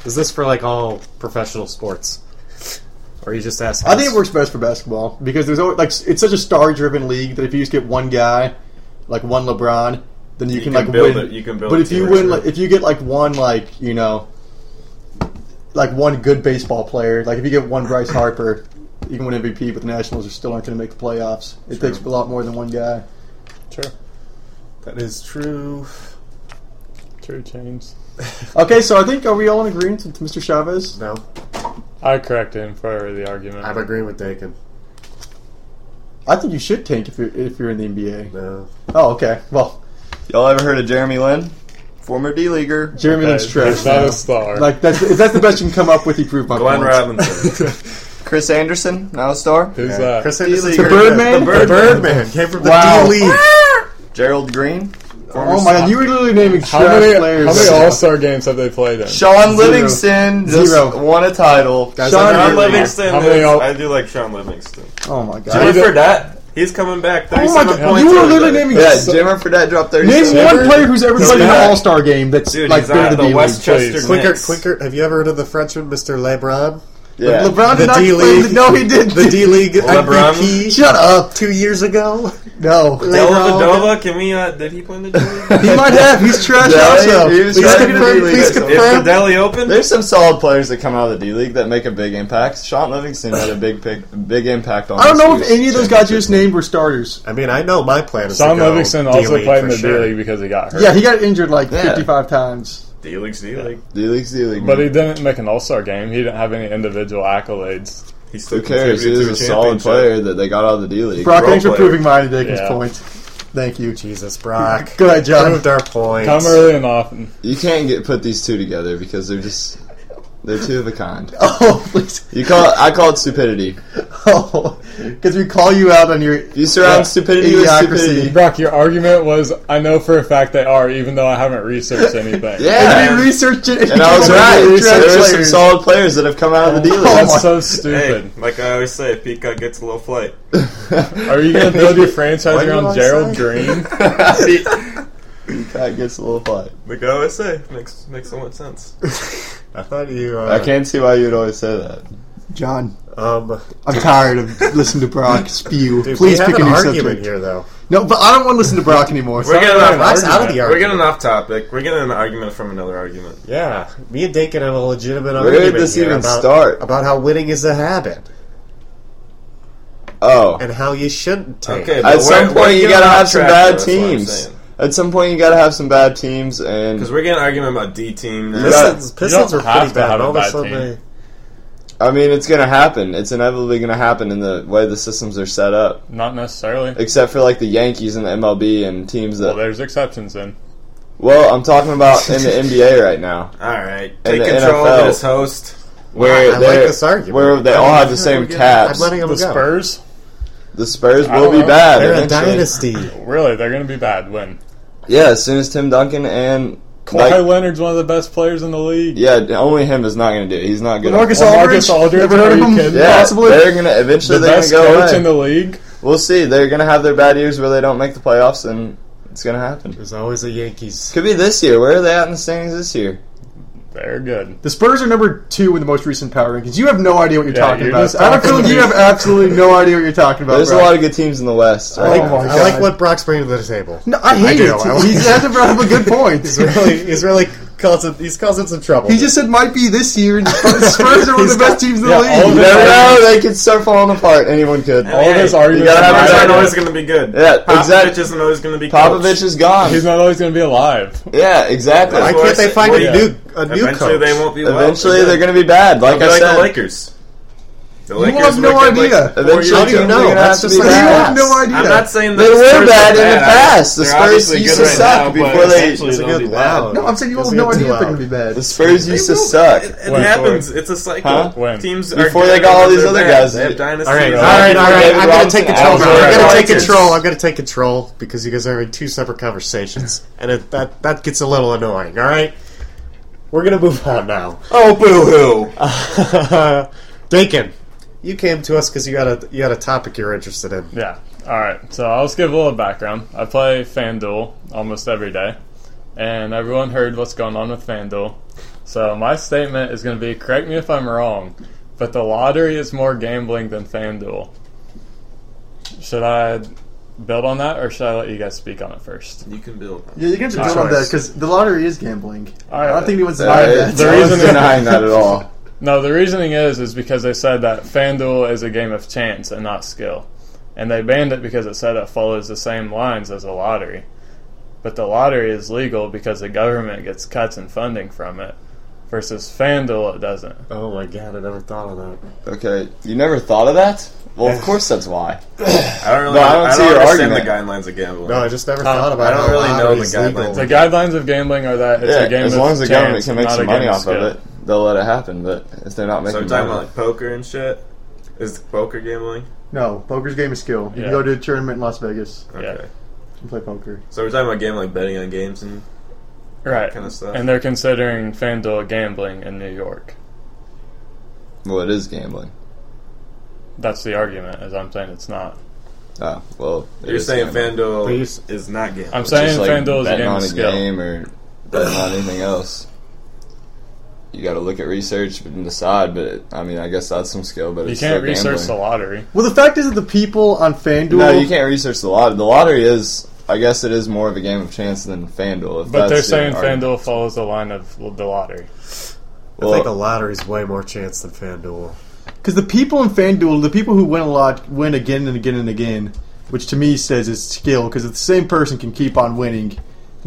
[SPEAKER 1] Is this for like all professional sports? Or are you just asking?
[SPEAKER 5] I think
[SPEAKER 1] us?
[SPEAKER 5] it works best for basketball because there's always like it's such a star-driven league that if you just get one guy, like one LeBron, then you,
[SPEAKER 6] You
[SPEAKER 5] can,
[SPEAKER 6] can
[SPEAKER 5] like
[SPEAKER 6] build
[SPEAKER 5] win.
[SPEAKER 6] it- you can build
[SPEAKER 5] but
[SPEAKER 6] a
[SPEAKER 5] if you
[SPEAKER 6] team
[SPEAKER 5] win,
[SPEAKER 6] around
[SPEAKER 5] like, if you get like one, like you know, like one good baseball player, like if you get one Bryce Harper, you can win MVP. But the Nationals are still aren't going to make the playoffs. It takes a lot more than one guy.
[SPEAKER 7] True.
[SPEAKER 1] That is true.
[SPEAKER 7] True, James.
[SPEAKER 5] Okay, so I think are we all in agreement with Mr. Chavez?
[SPEAKER 1] No,
[SPEAKER 7] I correct him for the argument.
[SPEAKER 1] I'm agreeing with Dakin.
[SPEAKER 5] I think you should tank if you're if you're in the NBA.
[SPEAKER 1] No.
[SPEAKER 5] Oh, okay. Well,
[SPEAKER 2] Y'all ever heard of Jeremy Lin? Former D leaguer.
[SPEAKER 5] Jeremy Lin's
[SPEAKER 7] That's
[SPEAKER 5] trash.
[SPEAKER 7] not a
[SPEAKER 5] now.
[SPEAKER 7] star.
[SPEAKER 5] Like that's if that's the best you can come up with. You prove my
[SPEAKER 6] Glenn
[SPEAKER 5] point. [LAUGHS]
[SPEAKER 6] Robinson.
[SPEAKER 2] Chris Anderson, now a star.
[SPEAKER 7] Who's that?
[SPEAKER 1] Chris Anderson's
[SPEAKER 2] The
[SPEAKER 1] pretty good.
[SPEAKER 5] Birdman?
[SPEAKER 1] The Birdman. came from the
[SPEAKER 5] Wow.
[SPEAKER 1] D League.
[SPEAKER 2] Gerald Green.
[SPEAKER 5] Oh my god, you were literally naming
[SPEAKER 7] how
[SPEAKER 5] trash
[SPEAKER 7] many,
[SPEAKER 5] players.
[SPEAKER 7] how many All Star games have they played in?
[SPEAKER 2] Sean Livingston just
[SPEAKER 5] Zero.
[SPEAKER 2] won a title.
[SPEAKER 5] Sean
[SPEAKER 1] I'm not
[SPEAKER 6] Sean
[SPEAKER 5] Livingston.
[SPEAKER 1] really-
[SPEAKER 6] Livingston.
[SPEAKER 7] How many
[SPEAKER 6] is-
[SPEAKER 7] all-
[SPEAKER 6] I do like Sean Livingston.
[SPEAKER 5] oh my
[SPEAKER 6] Jimmy
[SPEAKER 5] god.
[SPEAKER 7] don't-
[SPEAKER 6] Fredette. He's coming back.
[SPEAKER 5] Oh my
[SPEAKER 6] 37
[SPEAKER 5] god,
[SPEAKER 6] points.
[SPEAKER 5] you were literally
[SPEAKER 6] everybody.
[SPEAKER 5] naming
[SPEAKER 2] Yeah,
[SPEAKER 5] so-
[SPEAKER 2] Jimmer Fredette dropped 30.
[SPEAKER 5] Name one player who's ever played in an
[SPEAKER 6] back.
[SPEAKER 5] All Star game that's
[SPEAKER 6] Dude,
[SPEAKER 5] like
[SPEAKER 6] he's
[SPEAKER 5] been
[SPEAKER 6] out
[SPEAKER 5] to
[SPEAKER 6] of
[SPEAKER 5] the
[SPEAKER 6] the
[SPEAKER 5] Westchester.
[SPEAKER 6] Westchester
[SPEAKER 7] please.
[SPEAKER 1] Quicker,
[SPEAKER 6] Knicks.
[SPEAKER 1] quicker. Have you ever heard of the Frenchman, Mr. LeBron?
[SPEAKER 2] Yeah.
[SPEAKER 5] LeBron did
[SPEAKER 1] The
[SPEAKER 5] not
[SPEAKER 1] D
[SPEAKER 5] play.
[SPEAKER 1] League.
[SPEAKER 5] No, he did.
[SPEAKER 1] The D
[SPEAKER 2] [LAUGHS]
[SPEAKER 1] League
[SPEAKER 6] LeBron?
[SPEAKER 1] MVP.
[SPEAKER 5] Shut up.
[SPEAKER 1] Two years ago.
[SPEAKER 5] No,
[SPEAKER 6] Dellavedova, can we? Uh, did he play in the D
[SPEAKER 5] [LAUGHS]
[SPEAKER 6] League?
[SPEAKER 5] he might have. He's trash
[SPEAKER 2] Yeah,
[SPEAKER 5] also.
[SPEAKER 2] he was
[SPEAKER 5] Please
[SPEAKER 2] trying to
[SPEAKER 5] confirm.
[SPEAKER 2] be the
[SPEAKER 5] Please
[SPEAKER 2] leader.
[SPEAKER 5] confirm.
[SPEAKER 6] Is the Delhi open?
[SPEAKER 2] There's some solid players that come out of the D League that make a big impact. Sean Livingston had a big pick, big impact on.
[SPEAKER 5] I don't
[SPEAKER 2] this
[SPEAKER 5] know if
[SPEAKER 2] year's
[SPEAKER 5] any of those guys you just
[SPEAKER 2] championship.
[SPEAKER 5] named were starters.
[SPEAKER 1] I mean, I know my plan is to
[SPEAKER 7] Sean
[SPEAKER 1] go
[SPEAKER 7] Livingston also
[SPEAKER 1] D-League
[SPEAKER 7] played in
[SPEAKER 1] E for
[SPEAKER 7] the
[SPEAKER 1] sure.
[SPEAKER 7] D League because he got hurt.
[SPEAKER 5] Yeah, he got injured like
[SPEAKER 2] Yeah.
[SPEAKER 5] 55 times.
[SPEAKER 6] D League's D League.
[SPEAKER 2] D League's D League.
[SPEAKER 7] But he didn't make an All Star game. He didn't have any individual accolades.
[SPEAKER 6] He still
[SPEAKER 2] who cares? He
[SPEAKER 6] contributed
[SPEAKER 2] was a
[SPEAKER 6] to
[SPEAKER 2] solid
[SPEAKER 6] championship.
[SPEAKER 2] player that they got out of the D League.
[SPEAKER 5] Brock,
[SPEAKER 6] Role
[SPEAKER 5] thanks for
[SPEAKER 6] player.
[SPEAKER 5] proving my and Dickens
[SPEAKER 7] Yeah.
[SPEAKER 5] point. Thank you.
[SPEAKER 1] Jesus, Brock.
[SPEAKER 5] [LAUGHS] Go ahead, John.
[SPEAKER 1] Proved our point.
[SPEAKER 7] Come early and often.
[SPEAKER 2] You can't get put these two together because they're just they're two of a kind.
[SPEAKER 5] Oh, please.
[SPEAKER 2] You call I call it stupidity.
[SPEAKER 5] Oh, because we call you out on your
[SPEAKER 2] You surround
[SPEAKER 5] Yeah.
[SPEAKER 2] stupidity with
[SPEAKER 5] Idiocracy.
[SPEAKER 2] stupidity.
[SPEAKER 7] Brock, your argument was I know for a fact they are, even though I haven't researched anything.
[SPEAKER 2] [LAUGHS] Yeah,
[SPEAKER 5] And we researched it.
[SPEAKER 2] and
[SPEAKER 5] [LAUGHS]
[SPEAKER 2] I was right. There are some
[SPEAKER 5] Translators.
[SPEAKER 2] solid players that have come out of the D League.
[SPEAKER 5] Oh
[SPEAKER 7] [LAUGHS] That's so
[SPEAKER 6] Hey,
[SPEAKER 7] stupid.
[SPEAKER 6] like I always say, Peacock gets a little flight.
[SPEAKER 7] Are you going to build your franchise
[SPEAKER 1] What did I
[SPEAKER 7] around
[SPEAKER 1] say?
[SPEAKER 2] [LAUGHS]
[SPEAKER 7] Gerald Green?
[SPEAKER 2] That gets a little fight.
[SPEAKER 6] Like I always say, makes makes so much [LAUGHS] sense.
[SPEAKER 1] I thought you. Uh,
[SPEAKER 2] I can't see why you would always say that.
[SPEAKER 5] John,
[SPEAKER 1] Um,
[SPEAKER 5] I'm tired of listening to Brock spew.
[SPEAKER 1] dude,
[SPEAKER 5] Please
[SPEAKER 1] we have
[SPEAKER 5] pick a
[SPEAKER 1] an
[SPEAKER 5] new
[SPEAKER 1] argument
[SPEAKER 5] subject.
[SPEAKER 1] here, though.
[SPEAKER 5] No, but I don't want to listen to Brock anymore.
[SPEAKER 6] We're getting off.
[SPEAKER 1] Brock's
[SPEAKER 6] argument.
[SPEAKER 1] out of the
[SPEAKER 6] We're
[SPEAKER 1] argument.
[SPEAKER 6] getting off topic. We're getting an argument from another argument.
[SPEAKER 1] Yeah, me and Dakin have a legitimate
[SPEAKER 2] Where did
[SPEAKER 1] argument
[SPEAKER 2] this
[SPEAKER 1] here
[SPEAKER 2] even
[SPEAKER 1] about,
[SPEAKER 2] start?
[SPEAKER 1] about how winning is a habit
[SPEAKER 2] Oh,
[SPEAKER 1] and how you shouldn't take.
[SPEAKER 6] Okay,
[SPEAKER 1] it.
[SPEAKER 6] but
[SPEAKER 2] At some
[SPEAKER 6] we're-
[SPEAKER 2] point,
[SPEAKER 6] we're
[SPEAKER 2] you
[SPEAKER 6] getting
[SPEAKER 2] gotta
[SPEAKER 6] off
[SPEAKER 2] have some
[SPEAKER 6] track,
[SPEAKER 2] bad
[SPEAKER 6] though, that's what I'm
[SPEAKER 2] teams.
[SPEAKER 6] saying.
[SPEAKER 2] at some point you gotta have some bad teams, and
[SPEAKER 6] Because we're getting an argument about D team now.
[SPEAKER 2] got-
[SPEAKER 1] Pistons, Pistons
[SPEAKER 7] don't
[SPEAKER 1] were pretty
[SPEAKER 7] have to
[SPEAKER 1] bad.
[SPEAKER 7] have a
[SPEAKER 1] All of a
[SPEAKER 7] bad
[SPEAKER 1] sudden,
[SPEAKER 7] team.
[SPEAKER 1] they-
[SPEAKER 2] I mean it's gonna happen. It's inevitably gonna happen in the way the systems are set up.
[SPEAKER 7] Not necessarily.
[SPEAKER 2] Except for like the Yankees and the MLB and teams
[SPEAKER 7] Well,
[SPEAKER 2] that.
[SPEAKER 7] there's exceptions then.
[SPEAKER 2] Well, I'm talking
[SPEAKER 1] [LAUGHS]
[SPEAKER 2] about in the NBA right now,
[SPEAKER 6] All right, take
[SPEAKER 2] the
[SPEAKER 6] control
[SPEAKER 2] NFL.
[SPEAKER 6] of this host.
[SPEAKER 2] where
[SPEAKER 1] I like
[SPEAKER 2] they're-
[SPEAKER 1] this argument.
[SPEAKER 2] where they all have the same
[SPEAKER 1] I'm
[SPEAKER 2] caps.
[SPEAKER 1] letting them
[SPEAKER 7] The
[SPEAKER 1] go.
[SPEAKER 7] Spurs,
[SPEAKER 2] The Spurs
[SPEAKER 7] I
[SPEAKER 2] will
[SPEAKER 7] don't
[SPEAKER 2] be
[SPEAKER 7] know.
[SPEAKER 2] bad.
[SPEAKER 1] They're a
[SPEAKER 2] eventually.
[SPEAKER 1] dynasty.
[SPEAKER 7] really, they're going to be bad. When
[SPEAKER 2] Yeah, as soon as Tim Duncan and
[SPEAKER 7] Kawhi
[SPEAKER 2] like,
[SPEAKER 7] Leonard's one of the best players in the league.
[SPEAKER 2] yeah, only him is not gonna do it. He's not good.
[SPEAKER 5] Marcus
[SPEAKER 7] Well,
[SPEAKER 5] Aldridge.
[SPEAKER 7] Marcus Aldridge,
[SPEAKER 5] Never heard
[SPEAKER 7] are
[SPEAKER 5] of
[SPEAKER 7] you
[SPEAKER 5] him.
[SPEAKER 7] kidding me?
[SPEAKER 2] yeah,
[SPEAKER 5] Possibly.
[SPEAKER 2] they're gonna eventually
[SPEAKER 7] the
[SPEAKER 2] they're gonna
[SPEAKER 7] best
[SPEAKER 2] go
[SPEAKER 7] coach
[SPEAKER 2] away.
[SPEAKER 7] in the league.
[SPEAKER 2] We'll see. They're gonna have their bad years where they don't make the playoffs, and it's gonna happen.
[SPEAKER 1] There's always a Yankees.
[SPEAKER 2] Could be this year. Where are they at in the standings this year?
[SPEAKER 7] They're good.
[SPEAKER 5] The Spurs are number two in the most recent power rankings. You have no idea what you're
[SPEAKER 7] Yeah,
[SPEAKER 5] talking
[SPEAKER 7] you're
[SPEAKER 5] about.
[SPEAKER 7] just
[SPEAKER 5] I have a
[SPEAKER 7] talking
[SPEAKER 5] feeling you have
[SPEAKER 7] about-
[SPEAKER 5] absolutely no idea what you're talking about.
[SPEAKER 2] There's a
[SPEAKER 5] Brock.
[SPEAKER 2] lot of good teams in the West.
[SPEAKER 5] Oh
[SPEAKER 2] Right?
[SPEAKER 5] my
[SPEAKER 1] I like
[SPEAKER 5] God.
[SPEAKER 1] what Brock's bringing to the table.
[SPEAKER 5] No, I hate
[SPEAKER 1] do.
[SPEAKER 5] it.
[SPEAKER 1] I like-
[SPEAKER 5] He hasn't brought up a good point.
[SPEAKER 1] He's [LAUGHS] really, he's really causing he's causing some trouble.
[SPEAKER 5] He just said might be this year, and the Spurs are one of the best teams in the
[SPEAKER 1] Yeah, all
[SPEAKER 2] [LAUGHS]
[SPEAKER 5] league.
[SPEAKER 2] You never know. They could start falling apart. Anyone could.
[SPEAKER 6] All those
[SPEAKER 5] arguments
[SPEAKER 2] You gotta
[SPEAKER 6] It's
[SPEAKER 2] have
[SPEAKER 6] not
[SPEAKER 2] a
[SPEAKER 6] always going to be good.
[SPEAKER 2] Yeah,
[SPEAKER 6] Popovich
[SPEAKER 2] exact-
[SPEAKER 6] isn't always going to be
[SPEAKER 2] Popovich
[SPEAKER 6] coach.
[SPEAKER 2] is gone.
[SPEAKER 7] He's not always going to be alive.
[SPEAKER 2] Yeah, exactly.
[SPEAKER 1] Why
[SPEAKER 6] That's what I
[SPEAKER 1] can't they
[SPEAKER 6] said.
[SPEAKER 1] find
[SPEAKER 6] Well,
[SPEAKER 1] a new a new
[SPEAKER 6] Eventually,
[SPEAKER 1] coach?
[SPEAKER 6] they won't be. well.
[SPEAKER 2] Eventually, they're going to be bad. Like
[SPEAKER 6] They'll
[SPEAKER 2] I
[SPEAKER 6] be like
[SPEAKER 2] said,
[SPEAKER 6] the Lakers. The Lakers
[SPEAKER 5] have no
[SPEAKER 6] were good, like,
[SPEAKER 5] idea.
[SPEAKER 6] four
[SPEAKER 2] eventually,
[SPEAKER 1] How do you
[SPEAKER 2] they're
[SPEAKER 1] know?
[SPEAKER 2] gonna
[SPEAKER 1] That's
[SPEAKER 2] have
[SPEAKER 1] just
[SPEAKER 2] to be
[SPEAKER 1] like-
[SPEAKER 5] You
[SPEAKER 2] bad.
[SPEAKER 5] have no idea.
[SPEAKER 6] I'm not saying that
[SPEAKER 2] They
[SPEAKER 6] the
[SPEAKER 2] were
[SPEAKER 6] Spurs
[SPEAKER 2] bad
[SPEAKER 6] are
[SPEAKER 2] in the past. The
[SPEAKER 6] They're
[SPEAKER 2] Spurs
[SPEAKER 6] obviously
[SPEAKER 2] used
[SPEAKER 6] good
[SPEAKER 2] to
[SPEAKER 6] right
[SPEAKER 2] suck
[SPEAKER 6] now,
[SPEAKER 2] before
[SPEAKER 6] but
[SPEAKER 2] they-
[SPEAKER 6] eventually
[SPEAKER 1] It's a
[SPEAKER 6] they'll
[SPEAKER 1] good
[SPEAKER 6] be
[SPEAKER 1] loud.
[SPEAKER 6] bad.
[SPEAKER 5] no, I'm saying you
[SPEAKER 1] It's
[SPEAKER 5] have no
[SPEAKER 1] gonna be
[SPEAKER 5] idea if they're
[SPEAKER 1] loud.
[SPEAKER 5] going to be bad.
[SPEAKER 2] The Spurs used to
[SPEAKER 6] will.
[SPEAKER 2] suck.
[SPEAKER 6] It, it
[SPEAKER 7] When?
[SPEAKER 6] happens. It's a cycle.
[SPEAKER 2] Huh?
[SPEAKER 7] When?
[SPEAKER 6] Teams are
[SPEAKER 2] Before
[SPEAKER 6] good
[SPEAKER 2] they got all
[SPEAKER 6] and
[SPEAKER 2] these
[SPEAKER 6] they're
[SPEAKER 2] other
[SPEAKER 6] bad.
[SPEAKER 2] guys
[SPEAKER 6] They have
[SPEAKER 2] in.
[SPEAKER 6] dynasties.
[SPEAKER 1] All right, all
[SPEAKER 2] David
[SPEAKER 1] right, all right. I'm gonna
[SPEAKER 2] Robinson,
[SPEAKER 1] take control.
[SPEAKER 2] Alvin
[SPEAKER 1] now. I'm gonna take
[SPEAKER 6] Rodgers.
[SPEAKER 1] control. I'm gonna take control because you guys are having two separate conversations, and it, that that gets a little annoying. All right, we're gonna move on [LAUGHS] now.
[SPEAKER 2] Oh, boo hoo.
[SPEAKER 1] Dakin, you came to us because you had a you had a topic you're interested in.
[SPEAKER 7] Yeah. All right. So I'll just give a little background. I play FanDuel almost every day, and everyone heard what's going on with FanDuel. So my statement is going to be: correct me if I'm wrong, but the lottery is more gambling than FanDuel. Should I build on that, or should I let you guys speak on it first?
[SPEAKER 6] You can build.
[SPEAKER 5] Yeah, you get to build on that because the lottery is gambling. I
[SPEAKER 7] right.
[SPEAKER 5] don't think anyone's
[SPEAKER 2] I,
[SPEAKER 5] denying that.
[SPEAKER 7] The
[SPEAKER 2] I was
[SPEAKER 7] reason-
[SPEAKER 2] denying that at all.
[SPEAKER 7] No, the reasoning is is because they said that FanDuel is a game of chance and not skill, and they banned it because it said it follows the same lines as a lottery. But the lottery is legal because the government gets cuts in funding from it, versus FanDuel it doesn't.
[SPEAKER 1] Oh my god, I never thought of that.
[SPEAKER 2] [LAUGHS] Okay, you never thought of that? Well, of course that's why.
[SPEAKER 6] I don't really.
[SPEAKER 2] No, I don't
[SPEAKER 6] I
[SPEAKER 2] see
[SPEAKER 6] don't
[SPEAKER 2] your
[SPEAKER 6] understand the
[SPEAKER 2] argument.
[SPEAKER 6] guidelines of gambling.
[SPEAKER 1] No, Uh, I just never thought about.
[SPEAKER 6] I don't
[SPEAKER 1] how
[SPEAKER 6] really know
[SPEAKER 1] lottery
[SPEAKER 6] the
[SPEAKER 1] is
[SPEAKER 6] guidelines.
[SPEAKER 1] legal.
[SPEAKER 7] The guidelines of gambling are that it's
[SPEAKER 2] Yeah,
[SPEAKER 7] a game
[SPEAKER 2] as
[SPEAKER 7] of
[SPEAKER 2] long as the government
[SPEAKER 7] chance,
[SPEAKER 2] can make
[SPEAKER 7] not
[SPEAKER 2] some
[SPEAKER 7] a game
[SPEAKER 2] money
[SPEAKER 7] of
[SPEAKER 2] off
[SPEAKER 7] skill.
[SPEAKER 2] of it, they'll let it happen. But if they're not
[SPEAKER 6] So
[SPEAKER 2] making
[SPEAKER 6] we're talking
[SPEAKER 2] money,
[SPEAKER 6] about like poker and shit. Is poker gambling?
[SPEAKER 5] No, poker's game of skill.
[SPEAKER 7] Yeah.
[SPEAKER 5] You can go to a tournament in Las Vegas
[SPEAKER 6] Okay.
[SPEAKER 7] Yeah.
[SPEAKER 5] and play poker.
[SPEAKER 6] So we're talking about gambling, like betting on games, and
[SPEAKER 7] Right,
[SPEAKER 6] kinda stuff.
[SPEAKER 7] and they're considering FanDuel gambling in New York.
[SPEAKER 2] well, it is gambling.
[SPEAKER 7] That's the argument, as I'm saying it's not.
[SPEAKER 2] Oh, well, it
[SPEAKER 6] you're
[SPEAKER 2] is
[SPEAKER 6] saying
[SPEAKER 2] gambling.
[SPEAKER 6] FanDuel
[SPEAKER 1] Please.
[SPEAKER 6] is not gambling.
[SPEAKER 7] I'm
[SPEAKER 2] It's
[SPEAKER 7] saying
[SPEAKER 2] just like
[SPEAKER 7] FanDuel is a
[SPEAKER 2] betting
[SPEAKER 7] game
[SPEAKER 2] on
[SPEAKER 7] of
[SPEAKER 2] a
[SPEAKER 7] skill.
[SPEAKER 2] game or betting on anything else. You got to look at research and decide. But it, I mean, I guess that's some skill. But
[SPEAKER 7] You
[SPEAKER 2] it's
[SPEAKER 7] can't
[SPEAKER 2] still
[SPEAKER 7] research the
[SPEAKER 2] gambling.
[SPEAKER 7] lottery.
[SPEAKER 5] Well, the fact is that the people on FanDuel.
[SPEAKER 2] No, you can't research the lottery. The lottery is, I guess, it is more of a game of chance than FanDuel. If
[SPEAKER 7] But
[SPEAKER 2] that's
[SPEAKER 7] they're
[SPEAKER 2] your
[SPEAKER 7] saying
[SPEAKER 2] argument.
[SPEAKER 7] FanDuel follows the line of the lottery.
[SPEAKER 1] I think a
[SPEAKER 2] Well,
[SPEAKER 1] lottery's way more chance than FanDuel.
[SPEAKER 5] Because the people in FanDuel, the people who win a lot, win again and again and again, which to me says it's skill. Because if the same person can keep on winning, then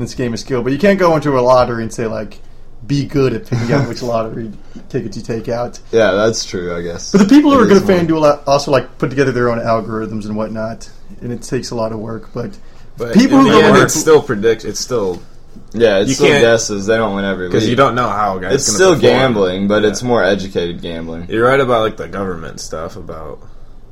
[SPEAKER 5] it's a game of skill. But you can't go into a lottery and say like, "Be good at picking out
[SPEAKER 2] [LAUGHS]
[SPEAKER 5] which lottery tickets you take out."
[SPEAKER 2] yeah, that's true. I guess.
[SPEAKER 5] But the people who
[SPEAKER 2] It
[SPEAKER 5] are good
[SPEAKER 2] is
[SPEAKER 5] at
[SPEAKER 2] more-
[SPEAKER 5] FanDuel al- also like put together their own algorithms and whatnot, and it takes a lot of work. But
[SPEAKER 6] But
[SPEAKER 5] People
[SPEAKER 6] in
[SPEAKER 5] who
[SPEAKER 6] the
[SPEAKER 5] go
[SPEAKER 6] end,
[SPEAKER 5] into-
[SPEAKER 6] it's still predict. It's still
[SPEAKER 2] yeah, it's
[SPEAKER 6] You
[SPEAKER 2] still
[SPEAKER 6] can't-
[SPEAKER 2] guesses. They don't win every
[SPEAKER 6] because
[SPEAKER 2] week.
[SPEAKER 6] you don't know how guys.
[SPEAKER 2] It's
[SPEAKER 6] gonna
[SPEAKER 2] still
[SPEAKER 6] perform.
[SPEAKER 2] gambling, but it's more educated gambling.
[SPEAKER 6] You're right about like the government stuff about